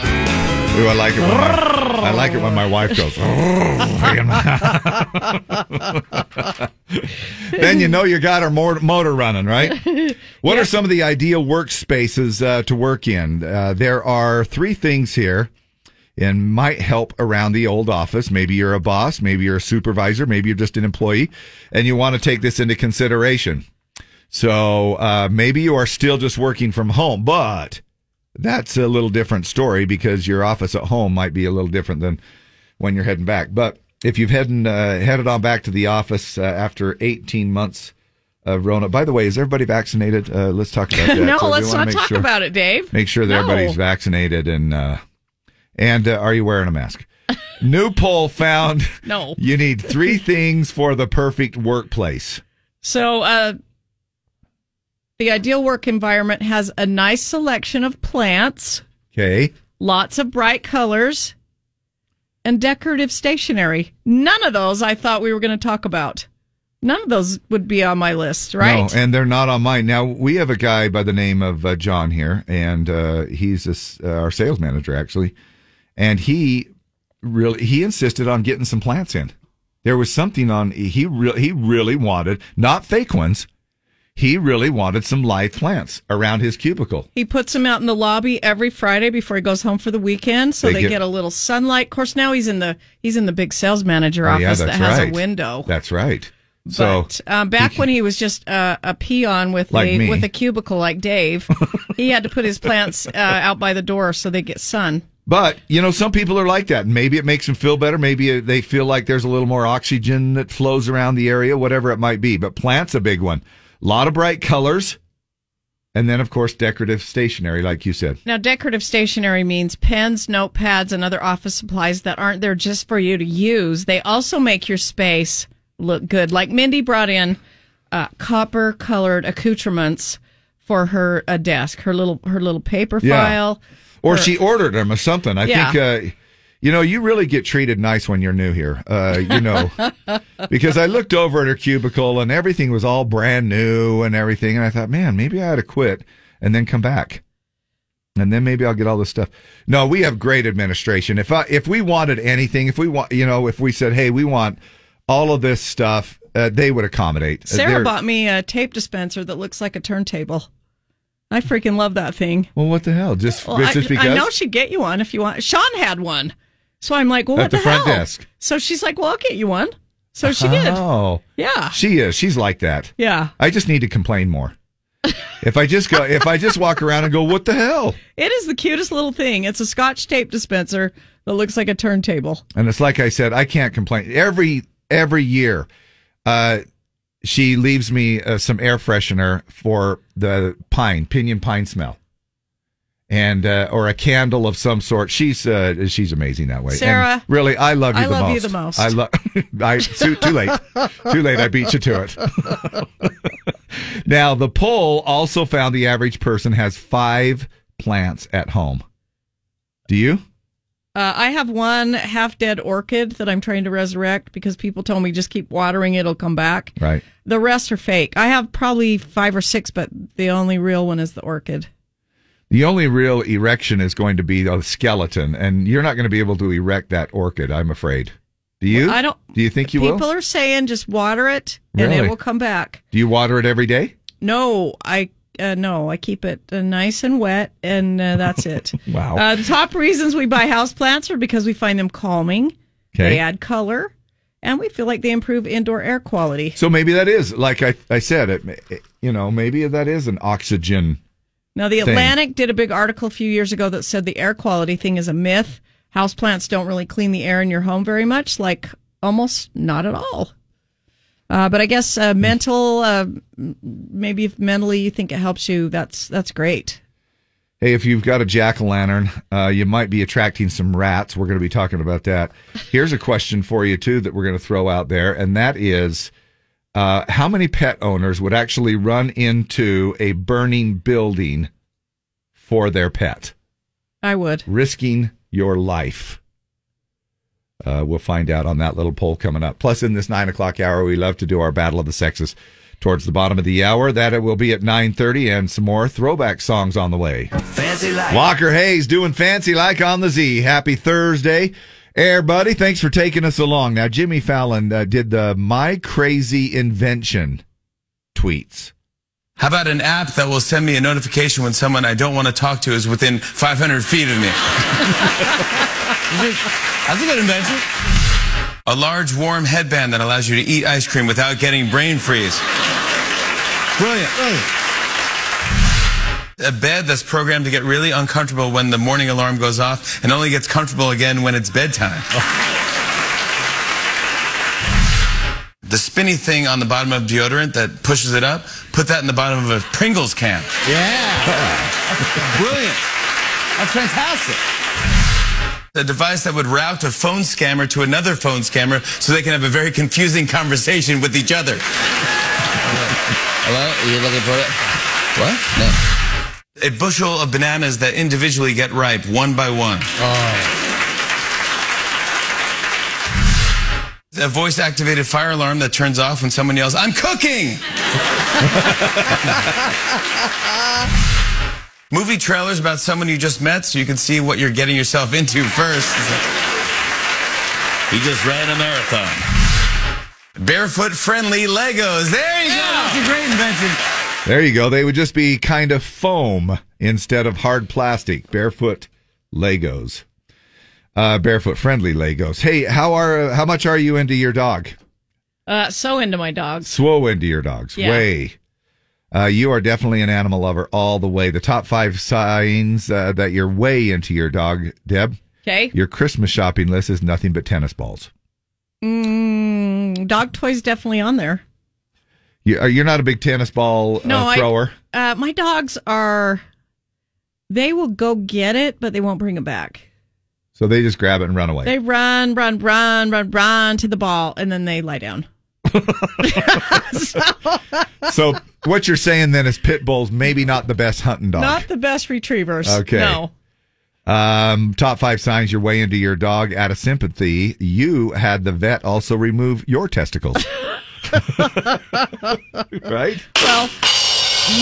Ooh, I like it. When my, I like it when my wife goes. then you know you got her mor- motor running, right? What are some of the ideal workspaces uh, to work in? Uh, there are three things here, and might help around the old office. Maybe you're a boss, maybe you're a supervisor, maybe you're just an employee, and you want to take this into consideration. So uh, maybe you are still just working from home, but that's a little different story because your office at home might be a little different than when you're heading back. But if you've heading uh, headed on back to the office uh, after 18 months of Rona, by the way, is everybody vaccinated? Uh, let's talk about that.
no,
So we
let's
wanna
not
make
talk
sure-
about it, Dave.
Make sure that
No.
everybody's vaccinated and uh, and uh, are you wearing a mask? New poll found
No.
you need three things for the perfect workplace.
So, uh, the ideal work environment has a nice selection of plants,
Okay.
lots of bright colors, and decorative stationery. None of those I thought we were going to talk about. None of those would be on my list, right?
No, and they're not on mine. Now we have a guy by the name of uh, John here, and uh, he's a s uh, our sales manager actually, and he really he insisted on getting some plants in. There was something on he re- he really wanted not fake ones. He really wanted some live plants around his cubicle.
He puts them out in the lobby every Friday before he goes home for the weekend, so
They
they,
get-
get, a little sunlight. Of course, now he's in the he's in the big sales manager
Oh, yeah,
office that
that's
has
right.
a window.
That's right. so
But, um, back when he was just uh, a peon with
Like
a
me.
with a cubicle like Dave, he had to put his plants uh, out by the door so they get sun.
But you know, some people are like that. Maybe it makes them feel better. Maybe they feel like there's a little more oxygen that flows around the area, whatever it might be. But plants a big one. A lot of bright colors, and then of course decorative stationery, like you said.
Now, decorative stationery means pens, notepads, and other office supplies that aren't there just for you to use. They also make your space look good. Like Mindy brought in uh, copper colored accoutrements for her uh, desk, her little her little paper
Yeah.
file.
Or
her-
she ordered them or something. I
Yeah.
think. Uh, you know, you really get treated nice when you're new here. Uh, you know, because I looked over at her cubicle and everything was all brand new and everything. And I thought, man, maybe I ought to quit and then come back. And then maybe I'll get all this stuff. No, we have great administration. If I, if we wanted anything, if we want, you know, if we said, hey, we want all of this stuff, uh, they would accommodate.
Sarah
They're-
bought me a tape dispenser that looks like a turntable. I freaking love that thing.
Well, what the hell? Just,
Well, I,
just because?
I know she'd get you one if you want. Sean had one, so I'm like, well,
At
what
the
the,
front
hell?
desk.
So she's like, well, I'll get you one. So she did.
Oh,
Yeah.
She is. She's like that.
Yeah.
I just need to complain more. if I just go, if I just walk around and go, what the hell?
It is the cutest little thing. It's a scotch tape dispenser that looks like a turntable.
And it's like I said, I can't complain. Every every year, uh, she leaves me uh, some air freshener for the pine, pinion pine smell, and uh, or a candle of some sort. She's uh, she's amazing that way. And
Sarah,
really, I love you.
I
the
love
most.
you the most.
I love. I too, too late. too late. I beat you to it. Now, the poll also found the average person has five plants at home. Do you?
Uh, I have one half dead orchid that I'm trying to resurrect because people told me just keep watering it, it'll come back.
Right.
The rest are fake. I have probably five or six, but the only real one is the orchid.
The only real erection is going to be a skeleton, and you're not going to be able to erect that orchid, I'm afraid. Do you?
I don't-
Do you think you
people
will?
are saying just water it and
Really?
it will come back.
Do you water it every day?
No, I uh, no, I keep it uh, nice and wet, and uh, that's it.
Wow.
Uh, the top reasons we buy houseplants are because we find them calming.
Okay.
They add color, and we feel like they improve indoor air quality.
So maybe that is, like I, I said, it, it- you know, maybe that is an oxygen.
Now, the
thing.
Atlantic did a big article a few years ago that said the air quality thing is a myth. Houseplants don't really clean the air in your home very much, like almost not at all. Uh, but I guess uh, mental, uh, m- maybe if mentally you think it helps you, that's that's great.
Hey, if you've got a jack o' lantern, uh, you might be attracting some rats. We're going to be talking about that. Here's a question for you, too, that we're going to throw out there, and that is uh, how many pet owners would actually run into a burning building for their pet?
I would.
Risking your life. Uh, we'll find out on that little poll coming up. Plus, in this nine o'clock hour, we love to do our battle of the sexes towards the bottom of the hour. That it will be at nine thirty, and some more throwback songs on the way.
Fancy life.
Walker Hayes doing fancy like on the Z. Happy Thursday, air buddy. Thanks for taking us along. Now, Jimmy Fallon uh, did the "My Crazy Invention" tweets.
How about an app that will send me a notification when someone I don't want to talk to is within 500 feet of me? That's a good invention. A large warm headband that allows you to eat ice cream without getting brain freeze. Brilliant. A bed that's programmed to get really uncomfortable when the morning alarm goes off and only gets comfortable again when it's bedtime. The spinny thing on the bottom of deodorant that pushes it up, put that in the bottom of a Pringles can. Yeah. Brilliant. That's fantastic. A device that would route a phone scammer to another phone scammer so they can have a very confusing conversation with each other. Hello? Are you looking for it? What? No. A bushel of bananas that individually get ripe one by one. Oh. a voice activated fire alarm that turns off when someone yells, I'm cooking! Movie trailers about someone you just met so you can see what you're getting yourself into first. he just ran a marathon. Barefoot friendly Legos. There you go. That's a great invention.
There you go. They would just be kind of foam instead of hard plastic. Barefoot Legos. Uh, barefoot friendly Legos. Hey, how are how much are you into your dog?
Uh, so into my dogs.
Swole into your dogs.
Yeah.
Way. Uh, you are definitely an animal lover all the way. The top five signs uh, that you're way into your dog, Deb.
'Kay.
Your Christmas shopping list is nothing but tennis balls.
Mm, dog toys definitely on there.
You, are- you're not a big tennis ball
No,
uh,
I-
thrower.
Uh, my dogs are. They will go get it, but they won't bring it back.
So they just grab it and run away.
They run, run, run, run, run to the ball, and then they lie down.
so what you're saying then is pit bulls maybe not the best hunting dog.
Not the best retrievers.
Oh. Okay.
No.
Um, top five signs you're way into your dog out of sympathy. You had the vet also remove your testicles. right?
Well,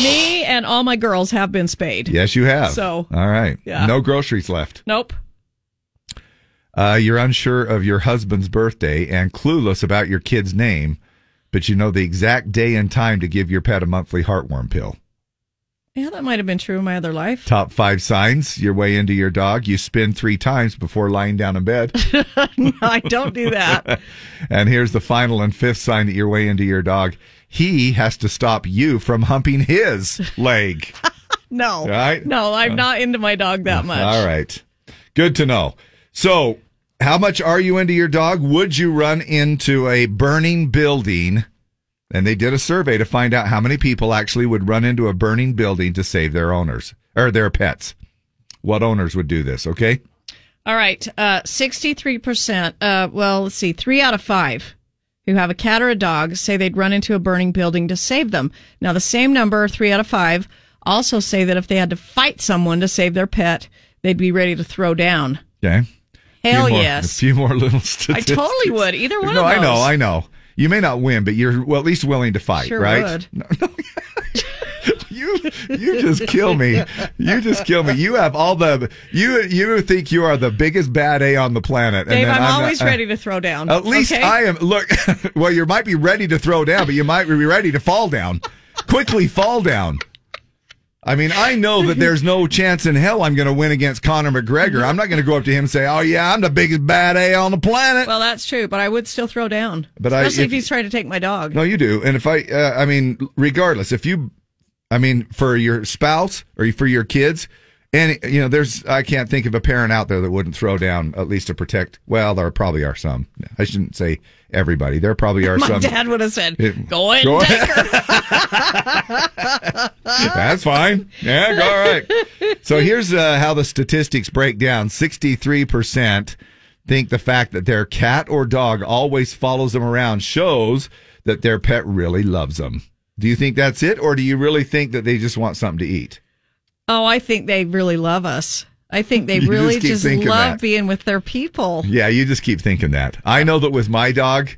me and all my girls have been spayed.
yes, you have.
So,
all right.
yeah.
No groceries left.
Nope.
Uh, you're unsure of your husband's birthday and clueless about your kid's name, but you know the exact day and time to give your pet a monthly heartworm pill.
Yeah, that might have been true in my other life.
Top five signs you're way into your dog. You spin three times before lying down in bed.
no, I don't do that.
and here's the final and fifth sign that you're way into your dog. He has to stop you from humping his leg.
No.
Right?
No, I'm
Uh,
not into my dog that much.
All right. Good to know. So, how much are you into your dog? Would you run into a burning building? And they did a survey to find out how many people actually would run into a burning building to save their owners or their pets. What owners would do this, okay?
All right. Uh, 63%. Uh, well, let's see. Three out of five who have a cat or a dog say they'd run into a burning building to save them. Now, the same number, three out of five, also say that if they had to fight someone to save their pet, they'd be ready to throw down.
Okay.
Hell
few more,
yes.
A few more little
I
statistics.
totally would. Either one
no,
of those.
I know, I know. You may not win, but you're well, at least willing to fight,
Sure
right?
would.
you you just kill me. You just kill me. You have all the you you think you are the biggest bad A on the planet.
Dave, I'm,
not-
always
uh,
ready to throw down.
At least
okay?
I am. Look, well, you might be ready to throw down, but you might be ready to fall down. Quickly fall down. I mean, I know that there's no chance in hell I'm going to win against Conor McGregor. I'm not going to go up to him and say, "Oh yeah, I'm the biggest bad A on the planet."
Well, that's true, but I would still throw down.
But I-
Especially if,
if-
he's trying to take my dog.
No, you do. And if I, uh, I mean, regardless, if you, I mean, for your spouse or for your kids, and you know, there's, I can't think of a parent out there that wouldn't throw down at least to protect. Well, there probably are some. I shouldn't say everybody. There probably are
my
some.
dad would have said,
It-
go in.
Go
take
ahead. That's fine. Yeah, all right. So here's uh, how the statistics break down 63% think the fact that their cat or dog always follows them around shows that their pet really loves them. Do you think that's it, or do you really think that they just want something to eat?
Oh, I think they really love us. I think they
You just
really
keep
just,
thinking
love
that.
being with their people.
Yeah, you just keep thinking that. I know that with my dog,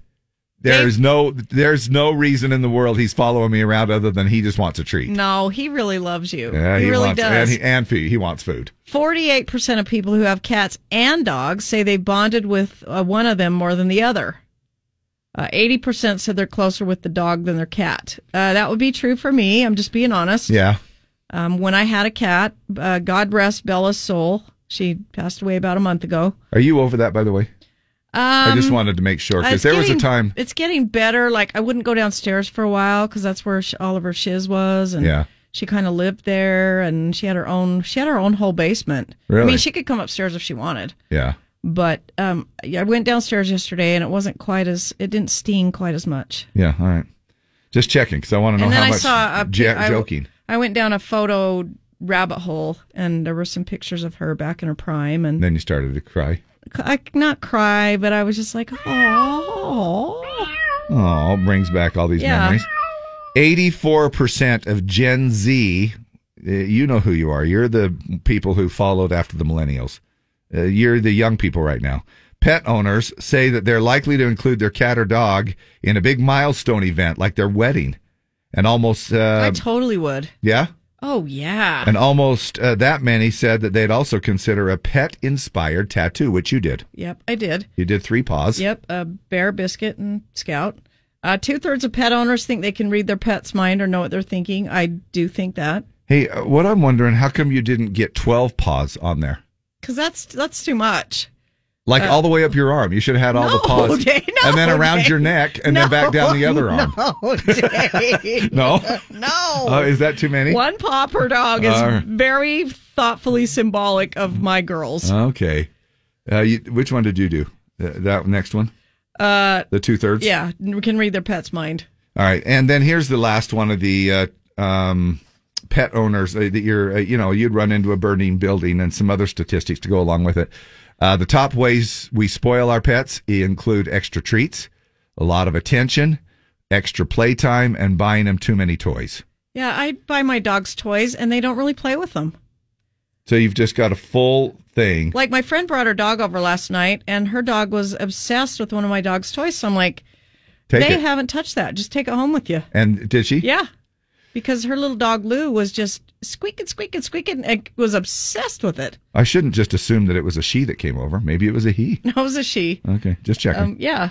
there's no there's no reason in the world he's following me around other than he just wants a treat.
No, he really loves you.
Yeah,
Mm, he, really
wants, And,
does.
he, and food. He wants food.
48% of people who have cats and dogs say they bonded with uh, one of them more than the other. Uh, 80% said they're closer with the dog than their cat. Uh, that would be true for me. I'm just being honest.
Yeah.
Um, when I had a cat, uh, God rest Bella's soul. She passed away about a month ago.
Are you over that, by the way? I
Um,
just wanted to make sure because
Uh, it's
there was a
getting-
time.
It's getting better. Like I wouldn't go downstairs for a while because that's where sh all of her shiz was, and
Yeah.
she kind of lived there, and she had her own. She had her own whole basement. I
Really?
mean, she could come upstairs if she wanted,
Yeah.
but um, yeah, I went downstairs yesterday, and it wasn't quite as. It didn't sting quite as much.
Yeah. All right. Just checking because I want to know
and
how
then I
much
saw a pic-
ja-
I-
joking.
I, went down a photo rabbit hole, and there were some pictures of her back in her prime, and
then you started to cry.
I not cry, but I was just like, oh.
Oh, it brings back all these
Yeah.
memories. Eighty-four percent of Gen Z. uh, You know who you are. You're the people who followed after the millennials. Uh, you're the Eh, young people right now. Pet owners say that they're likely to include their cat or dog in a big milestone event like their wedding. And almost, uh,
I totally would.
yeah?
Oh yeah.
And almost uh, that many said that they'd also consider a pet inspired tattoo, which you did.
Yep, I did.
You did three paws.
Yep, a bear biscuit and scout. Uh, Two thirds of pet owners think they can read their pet's mind or know what they're thinking. I do think that
Hey, uh, what I'm wondering, how come you didn't get 12 paws on there?
because that's that's too much.
Like
Uh,
all the way up your arm. You should have had all the
No,
paws.
Dave, no,
and then around
Dave.
your neck and then back down the other arm.
No, Dave.
No?
no.
Oh, is that too many?
One paw per dog is
All right.
very thoughtfully symbolic of my girls.
Okay. Uh, you, which one did you do? Th- that next one?
Uh,
The two thirds?
yeah, we can read their pet's mind.
All right, and then here's the last one of the uh, um, pet owners uh, that you're, uh, you know, you'd run into a burning building and some other statistics to go along with it. Uh, the top ways we spoil our pets include extra treats, a lot of attention, extra playtime, and buying them too many toys.
Yeah, I buy my dogs toys and they don't really play with them.
So you've just got a full thing.
Like my friend brought her dog over last night and her dog was obsessed with one of my dog's toys. So I'm like,
Take
they
it.
haven't touched that. Just take it home with you.
and did she?
Yeah. Because her little dog Lou was just squeaking, squeaking, squeaking and was obsessed with it.
I shouldn't just assume that it was a she that came over. Maybe it was a he.
And I was a she.
Okay, just checking.
Um, yeah.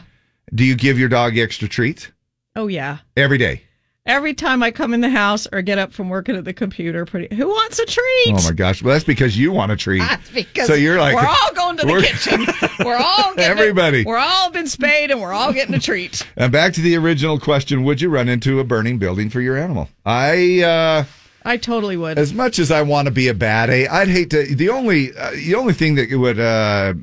Do you give your dog extra treats
Oh, yeah.
every day?
Every time I come in the house or get up from working at the computer, pretty who wants a treat?
Oh my gosh! Well, that's because you want a treat.
That's because
so you're like
we're all going to the
we're-
kitchen. We're all getting a-
Everybody.
we're all been spayed and we're all getting a treat.
And back to the original question: Would you run into a burning building for your animal? I, uh,
I totally would.
as much as I want to be a bad A, I'd hate to. The only uh, the only thing that would uh,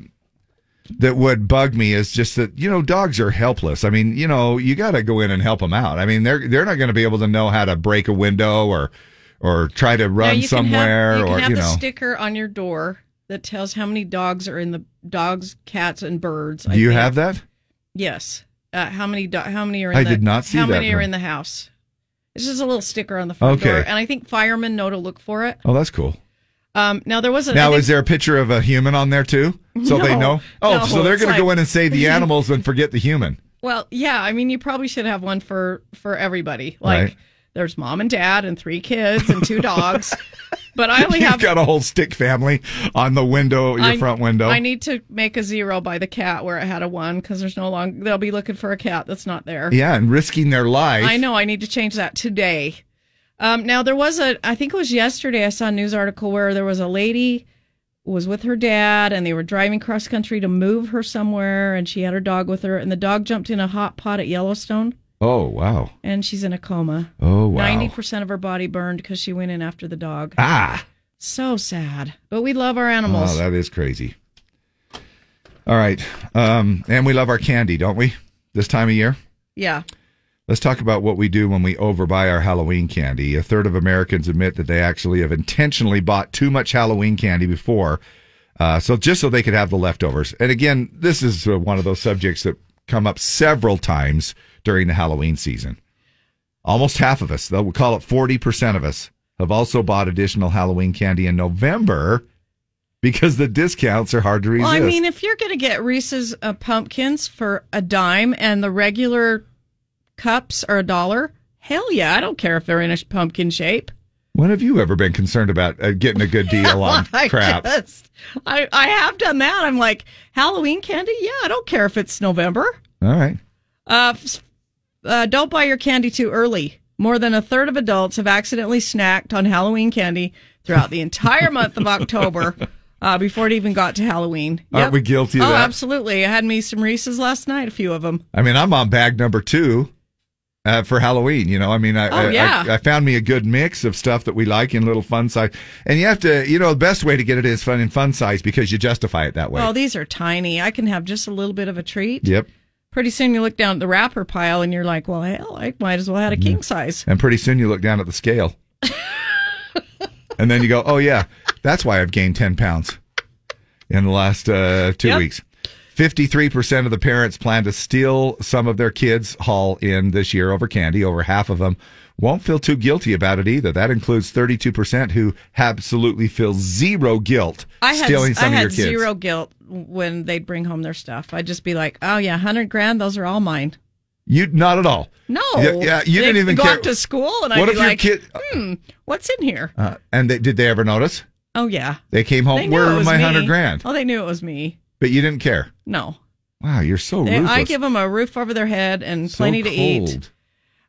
that would bug me is just that you know dogs are helpless. I mean, you know, you got to go in and help them out. I mean, they're they're not going to be able to know how to break a window or or try to
Now,
run
you can have-
somewhere
you can
or
have
you
the
know.
sticker on your door that tells how many dogs are in the dogs, cats, and birds. I
Do you
think.
have that?
Yes. Uh, how many? Do- how many are? In
I
the,
did not see
How
that,
many are
no.
in the house? This is a little sticker on the front
Okay.
door, and I think firemen know to look for it.
Oh, that's cool.
Um, now there was a
Now,
I
is
think-
there a picture of a human on there too? So they
No.
know? Oh,
No,
so they're
it's
going to go
like-
in and save the animals and forget the human.
Well, yeah. I mean, you probably should have one for for everybody. Like
Right.
there's mom and dad and three kids and two dogs, but I only
You've
have
got a whole stick family on the window, your
I-
front window.
I need to make a zero by the cat where it had a one because there's no long. They'll be looking for a cat that's not there.
yeah, and risking their life.
I know. I need to change that today. Um, now there was a, I think it was yesterday. I saw a news article where there was a lady was with her dad and they were driving cross country to move her somewhere, and she had her dog with her, and the dog jumped in a hot pot at Yellowstone,
Oh, wow.
and she's in a coma.
Oh, wow.
Ninety percent of her body burned because she went in after the dog.
Ah.
So sad. But we love our animals.
Oh, that is crazy. All right. Um, and we love our candy, don't we? This time of year?
yeah.
Let's talk about what we do when we overbuy our Halloween candy. A third of Americans admit that they actually have intentionally bought too much Halloween candy before, uh, so just so they could have the leftovers. And again, this is uh, one of those subjects that come up several times during the Halloween season. Almost half of us, though we call it 40% of us, have also bought additional Halloween candy in November because the discounts are hard to resist.
Well, I mean, if you're going to get Reese's uh, pumpkins for a dime and the regular cups are a dollar, hell yeah, I don't care if they're in a sh- pumpkin shape.
when have you ever been concerned about uh, getting a
Oh
good deal on
I
crap?
just, I, I have done that. I'm like Halloween candy. Yeah, I don't care if it's November.
All right.
Uh, f- uh, don't buy your candy too early. More than a third of adults have accidentally snacked on Halloween candy throughout the entire month of October uh, before it even got to Halloween.
Aren't we guilty of
oh,
that?
absolutely. I had me some Reese's last night, a few of them.
I mean, I'm on bag number two uh, for Halloween. You know, I mean, I,
Oh,
I-
yeah.
I, I found me a good mix of stuff that we like in little fun size. And you have to, you know, the best way to get it is fun in fun size because you justify it that way.
Oh, these are tiny. I can have just a little bit of a treat.
yep.
Pretty soon you look down at the wrapper pile and you're like, well, hell, I might as well had a
Mm-hmm.
king size.
And pretty soon you look down at the scale. and then you go, oh, yeah, that's why I've gained 10 pounds in the last uh, two
Yep.
weeks. 53% of the parents plan to steal some of their kids' haul in this year over candy. Over half of them won't feel too guilty about it either. That includes 32% who absolutely feel zero guilt
I had
stealing some
I
of
had
your kids.
zero guilt when they'd bring home their stuff. I'd just be like, "Oh yeah, hundred grand. Those are all mine."
You not at all.
No,
Yeah, yeah, you
They'd
didn't even
go
care.
off to school, and I'd
What
be
if your
like,
kid-
"Hmm, what's in here?"
Uh, and they, did they ever notice?
Oh yeah,
They came
They
home.
knew
Where
it
were
was
my
me.
hundred grand?
Oh, they knew it was me.
But you didn't care.
No,
Wow, you're so
They-
ruthless.
I give them a roof over their head and
So
plenty to eat.
cold.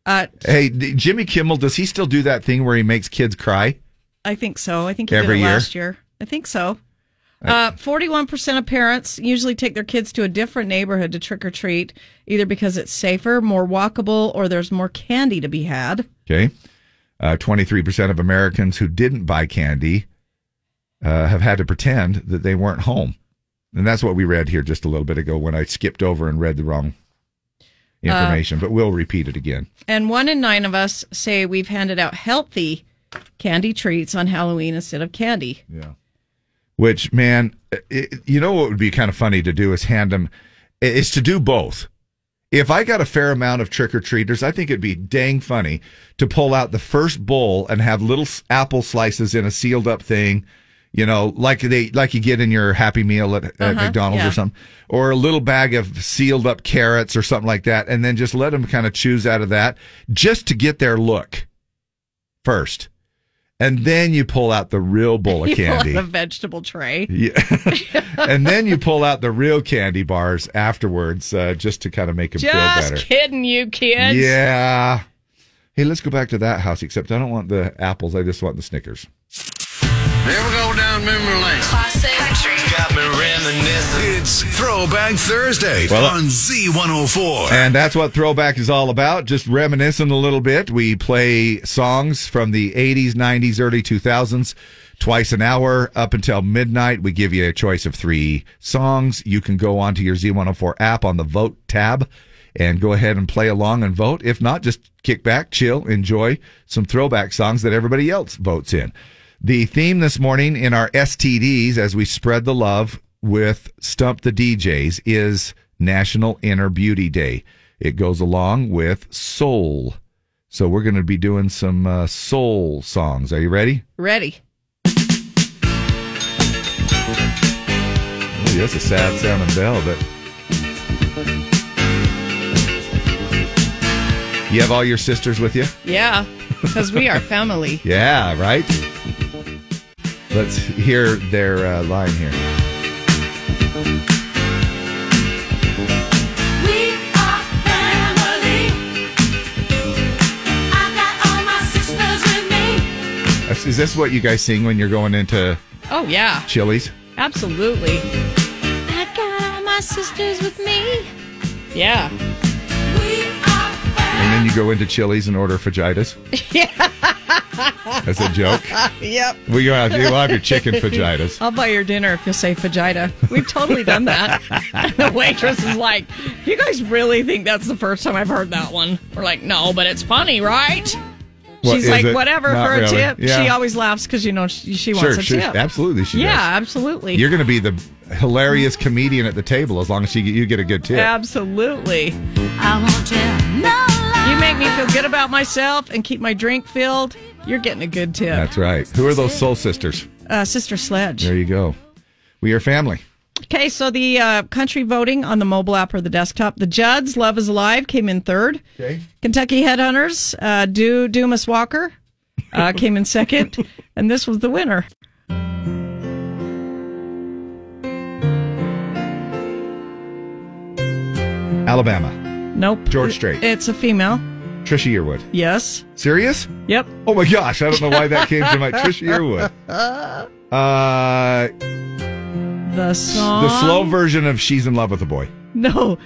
Uh,
Hey, d- Jimmy Kimmel, does he still do that thing where he makes kids cry?
I think so. I think he
Every
did it
year?
last year. I think so. Uh, Forty-one percent of parents usually take their kids to a different neighborhood to trick or treat, either because it's safer, more walkable, or there's more candy to be had.
Okay. Uh, 23% of Americans who didn't buy candy uh, have had to pretend that they weren't home. And that's what we read here just a little bit ago when I skipped over and read the wrong
Uh,
information, but we'll repeat it again.
And one in nine of us say we've handed out healthy candy treats on Halloween instead of candy.
Yeah. Which, man, it, you know what would be kind of funny to do is hand them, is to do both. If I got a fair amount of trick or treaters, I think it'd be dang funny to pull out the first bowl and have little s- apple slices in a sealed up thing, you know, like they like you get in your Happy Meal at, at
Uh-huh,
McDonald's
yeah.
or something, or a little bag of sealed up carrots or something like that, and then just let them kind of choose out of that just to get their look first, and then you pull out the real bowl of
You pull out
candy.
the vegetable tray.
Yeah. and then you pull out the real candy bars afterwards uh, just to kind of make them feel
Just
better.
kidding, you kids.
Yeah. Hey, let's go back to that house, except I don't want the apples. I just want the Snickers.
There we go down memory lane.
Classic country.
Got me reminiscing. It's Throwback Thursday
Well,
on Z104.
And that's what Throwback is all about. Just reminiscing a little bit. We play songs from the 80s, 90s, early 2000s twice an hour up until midnight. We give you a choice of three songs. You can go onto your Z104 app on the vote tab and go ahead and play along and vote. If not, just kick back, chill, enjoy some throwback songs that everybody else votes in. The theme this morning in our STDs as we spread the love with Stump the DJs is National Inner Beauty Day. It goes along with soul. So we're going to be doing some uh, soul songs. Are you ready?
Ready.
Ooh, that's a sad sounding bell, but. You have all your sisters with you?
Yeah, because we are family.
Yeah, right? Let's hear their uh, line here.
We are family. I got all my sisters with me.
Is this what you guys sing when you're going into
Oh, yeah,
Chili's?
absolutely.
I got all my sisters with me.
Yeah.
And then you go into Chili's and order fajitas? That's a joke.
yep.
Well, you'll have, you'll have your chicken fajitas.
I'll buy your dinner if you say fajita. We've totally done that. And the waitress is like, "You guys really think that's the first time I've heard that one?" We're like, "No, but it's funny, right?"
What
She's
is
like,
it?
"Whatever
Not
for a
really.
tip." She
Yeah.
always laughs because you know she, she
Sure,
wants a
sure.
tip.
Absolutely, she
yeah,
does.
absolutely.
You're going to be the hilarious comedian at the table as long as you, you get a good tip.
Absolutely. I want you. You make me feel good about myself and keep my drink filled. You're getting a good tip,
That's right. Who are those soul sisters?
uh, Sister Sledge.
There you go. We are family.
Okay, so the uh, country voting on the mobile app or the desktop. The Judds, Love is Alive, came in third.
Okay.
Kentucky Headhunters, uh, Do Dumas Walker, uh, came in second, and this was the winner.
Alabama.
Nope.
George Strait.
It's a female.
Trisha Yearwood.
Yes.
Serious?
Yep.
Oh my gosh, I don't know why that came to my Trisha Yearwood. Uh,
the song.
The slow version of She's in Love with a Boy.
No.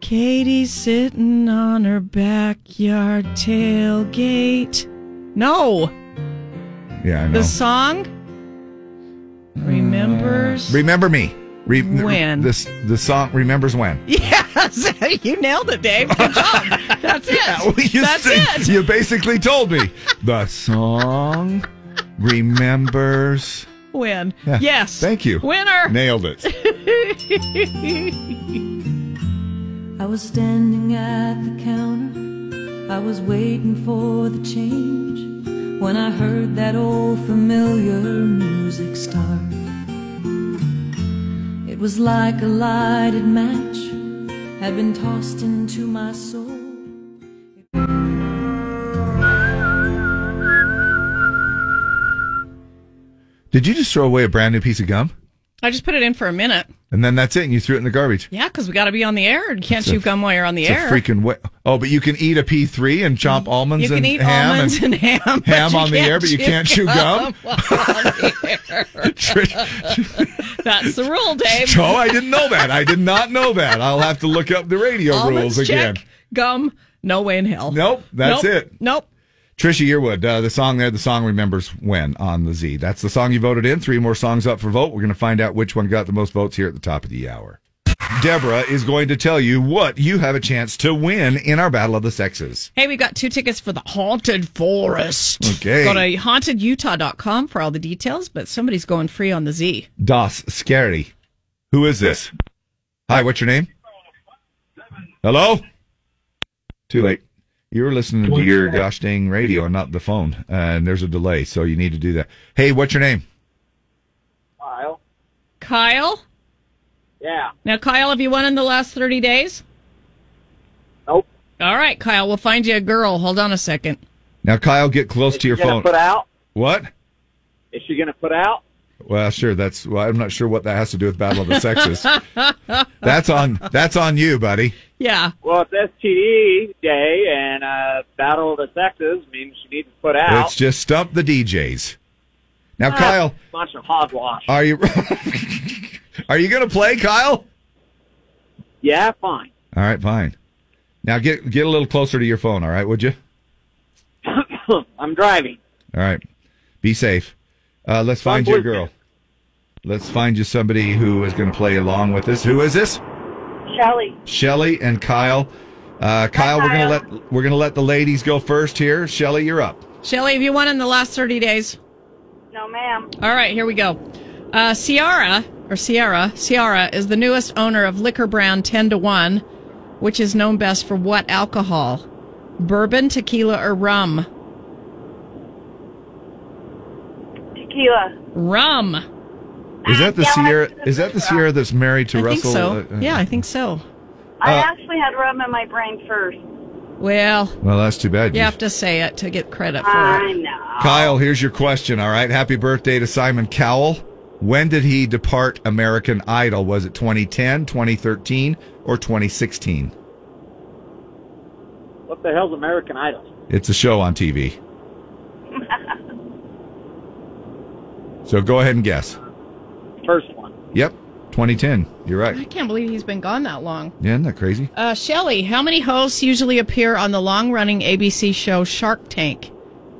Katie's sitting on her backyard tailgate. No,
Yeah, I know.
the song. Remembers.
Remember me. Re-
When?
This, the song remembers when.
Yes, you nailed it, Dave. Good job. That's it.
you
That's
sing-
it.
You basically told me the song remembers.
Win.
Yeah.
Yes.
Thank you.
Winner.
Nailed it.
I was standing at the counter
I was waiting for the change when I heard that old familiar music start. It was like a lighted match had been tossed into my soul.
Did you just throw away a brand new piece of gum?
I just put it in for a minute.
And then that's it, and you threw it in the garbage.
Yeah, because we got to be on the air. and can't
It's a-
chew gum while you're on the
It's
air.
a freaking way. Oh, but you can eat a P3 and chomp almonds
you can
and
eat
ham
almonds
and,
and, ham, but
ham
you
on the
can't
air, but you can't chew gum?
while on the air. That's the rule, Dave.
Joe, I didn't know that. I did not know that. I'll have to look up the radio
Almonds,
rules again.
check. Gum, no way in hell.
Nope, that's
Nope.
it.
Nope.
Trisha Yearwood, uh, the song there, the song remembers when on the Z. That's the song you voted in. Three more songs up for vote. We're going to find out which one got the most votes here at the top of the hour. Deborah is going to tell you what you have a chance to win in our Battle of the Sexes.
Hey, we've got two tickets for the Haunted Forest.
Okay.
Go to hauntedutah.com for all the details, but somebody's going free on the Z.
Das Scary. Who is this? Hi, what's your name? Hello? Too late. You're listening to your gosh dang radio and not the phone, uh, and there's a delay, so you need to do that. Hey, what's your name?
Kyle. Kyle?
Yeah.
Now, Kyle, have you won in the last 30 days?
Nope.
All right, Kyle, we'll find you a girl. Hold on a second.
Now, Kyle, get close to your
gonna
phone.
put out?
What?
Is she going to put out?
Well, sure. That's. Well, I'm not sure what that has to do with Battle of the Sexes. that's on. That's on you, buddy.
Yeah.
Well, it's STD day, and uh, Battle of the Sexes means she needs to put out.
It's just stump the DJs. Now, Kyle,
A bunch of hogwash.
are you? are you going to play, Kyle?
Yeah, fine.
All right, fine. Now get get a little closer to your phone. All right, would you?
I'm driving.
All right. Be safe. Uh, let's find you a girl. Let's find you somebody who is going to play along with us. Who is this?
Shelly.
Shelly and Kyle. Uh, Kyle, we're gonna let we're gonna let the ladies go first here. Shelly, you're up.
Shelly, have you won in the last 30 days?
No, ma'am.
All right, here we go. Uh, Ciara, or Ciara, Ciara is the newest owner of liquor brand 10 to 1, which is known best for what alcohol? Bourbon, tequila, or rum?
Tequila.
Rum. Uh,
Is that the
yeah,
Sierra? Is that the Sierra that's married to
I think
Russell?
so.
Uh, uh,
Yeah, I think so.
I
Uh,
actually had rum in my brain first.
Well,
Well, that's too bad.
you have to say it to get credit for
I
it.
know.
Kyle, here's your question. All right. Happy birthday to Simon Cowell. When did he depart American Idol? Was it 2010, 2013, or 2016?
What the hell's American Idol?
It's a show on TV. So go ahead and guess.
First one.
Yep, 2010. You're
I
right.
can't believe he's been gone that long.
Yeah, isn't that crazy?
Uh, Shelly, how many hosts usually appear on the long running ABC show Shark Tank?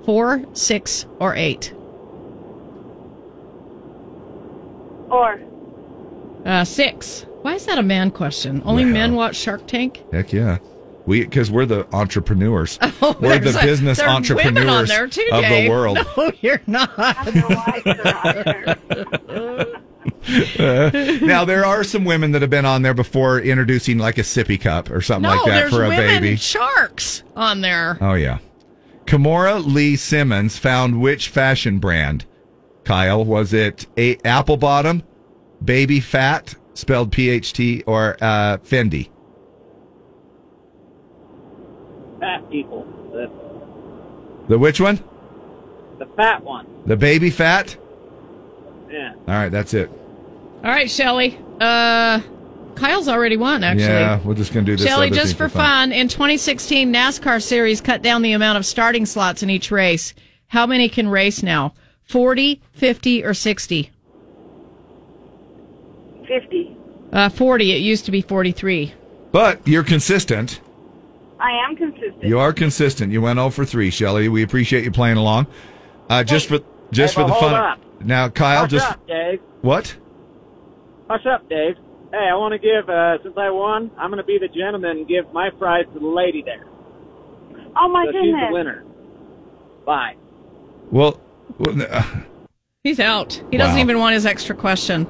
Four, six, or eight?
Or
Uh, six. Why is that a man question? Only
Wow.
men watch Shark Tank?
Heck yeah. We because we're the entrepreneurs. we're the
Oh, There's a-
business
there are women
entrepreneurs
on there too,
of the
Dave.
world.
No, you're not.
Uh, now there are some women that have been on there before introducing like a sippy cup or something
no,
like that
there's
for a
women
baby.
sharks on there.
Oh yeah. Kimora Lee Simmons found which fashion brand? Kyle, was it a apple bottom, baby fat, spelled PHT, or uh, Fendi?
Fat people. The,
The which one?
the fat one.
The baby fat?
Yeah.
All right, that's it.
All right, Shelly. Uh, Kyle's already won, actually.
yeah, we're just gonna do this.
Shelly,
other
just
thing
for fun, in 2016 NASCAR series cut down the amount of starting slots in each race. How many can race now? 40, 50, or 60?
50.
Uh, 40. It used to be 43.
But you're consistent.
I am consistent.
You are consistent. You went 0 for 3, Shelly. We appreciate you playing along. Uh, just for just
Hey,
for the
well, hold
fun.
up.
Now, Kyle,
Hush
just
up, Dave.
what?
Hush up, Dave. Hey, I want to give, uh, since I won, I'm going to be the gentleman and give my prize to the lady there.
Oh my
so
goodness.
she's the winner. Bye.
Well, well, uh,
He's out. He doesn't
Wow.
even want his extra question.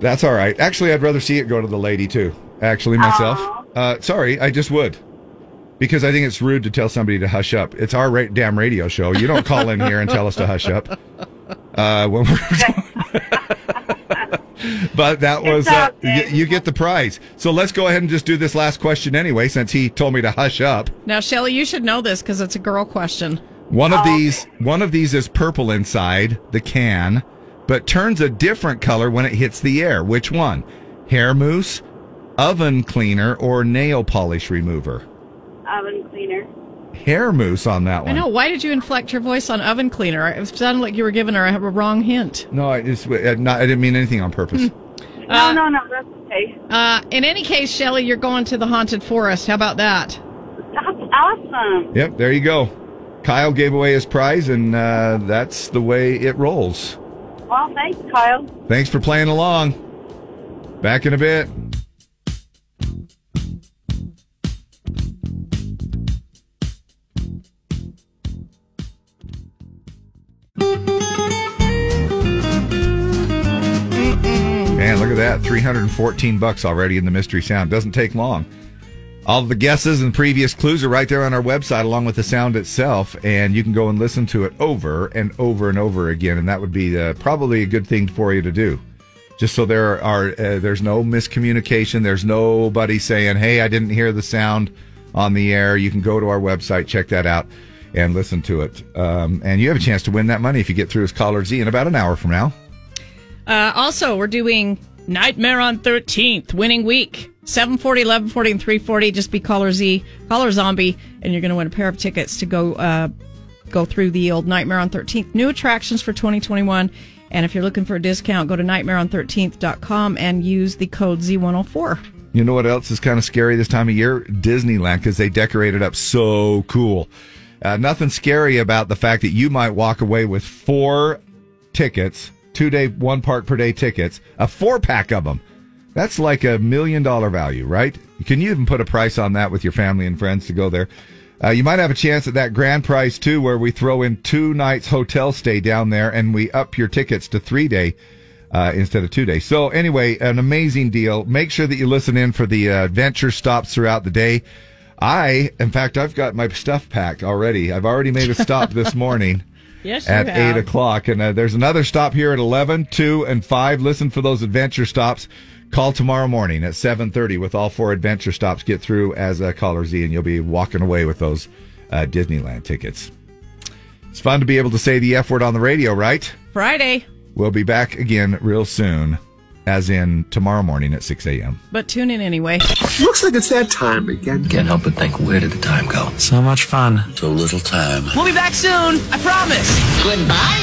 that's all right. Actually, I'd rather see it go to the lady too. Actually, myself. Uh, sorry, I just would. because I think it's rude to tell somebody to hush up. It's our ra- damn radio show. You don't call in here and tell us to hush up. Uh, when we're- but that was uh, you, you get the prize. So let's go ahead and just do this last question anyway, since he told me to hush up.
Now, Shelly, you should know this because it's a girl question.
One
Oh,
of these, one of these is purple inside the can, but turns a different color when it hits the air. Which one? Hair mousse, oven cleaner, or nail polish remover?
Oven cleaner.
Hair mousse on that
I
one.
know. Why did you inflect your voice on oven cleaner? It sounded like you were giving her a, a wrong hint.
No, I just I- not, I didn't mean anything on purpose.
Uh,
no, no, that's okay.
Uh, in any case, Shelly, you're going to the haunted forest. How about that?
That's awesome.
Yep, there you go. Kyle gave away his prize, and uh, that's the way it rolls.
Well, thanks, Kyle.
Thanks for playing along. Back in a bit. Man, look at that. 314 bucks already in the mystery sound. Doesn't take long. All the guesses and previous clues are right there on our website along with the sound itself and you can go and listen to it over and over and over again and that would be uh, probably a good thing for you to do. Just so there are uh, there's no miscommunication, there's nobody saying, "Hey, I didn't hear the sound on the air." You can go to our website, check that out and listen to it. Um, and you have a chance to win that money if you get through as caller Z in about an hour from now.
Uh, also, we're doing Nightmare on 13th, winning week. 740, 1140, and 340. Just be caller Z, caller zombie, and you're going to win a pair of tickets to go uh, go through the old Nightmare on 13th. New attractions for 2021. And if you're looking for a discount, go to nightmareon13th.com and use the code Z104.
You know what else is kind of scary this time of year? Disneyland, because they decorated up so cool. Uh, nothing scary about the fact that you might walk away with four tickets, two day, one park per day tickets, a four pack of them. That's like a million dollar value, right? Can you even put a price on that with your family and friends to go there? Uh, you might have a chance at that grand prize too, where we throw in two nights hotel stay down there and we up your tickets to three day uh, instead of two days. So anyway, an amazing deal. Make sure that you listen in for the uh, adventure stops throughout the day. I, in fact, I've got my stuff packed already. I've already made a stop this morning.
Yes, you
at
have.
eight o'clock, and uh, there's another stop here at 11, 2, and five. Listen for those adventure stops. Call tomorrow morning at seven thirty with all four adventure stops. Get through as a caller Z, and you'll be walking away with those uh, Disneyland tickets. It's fun to be able to say the F word on the radio, right?
Friday,
We'll be back again real soon, as in tomorrow morning at 6 a.m.
but tune in anyway.
Looks like it's that time again. Can't help but think, where did the time go? So much fun.
So little time.
We'll be back soon, I promise.
Goodbye.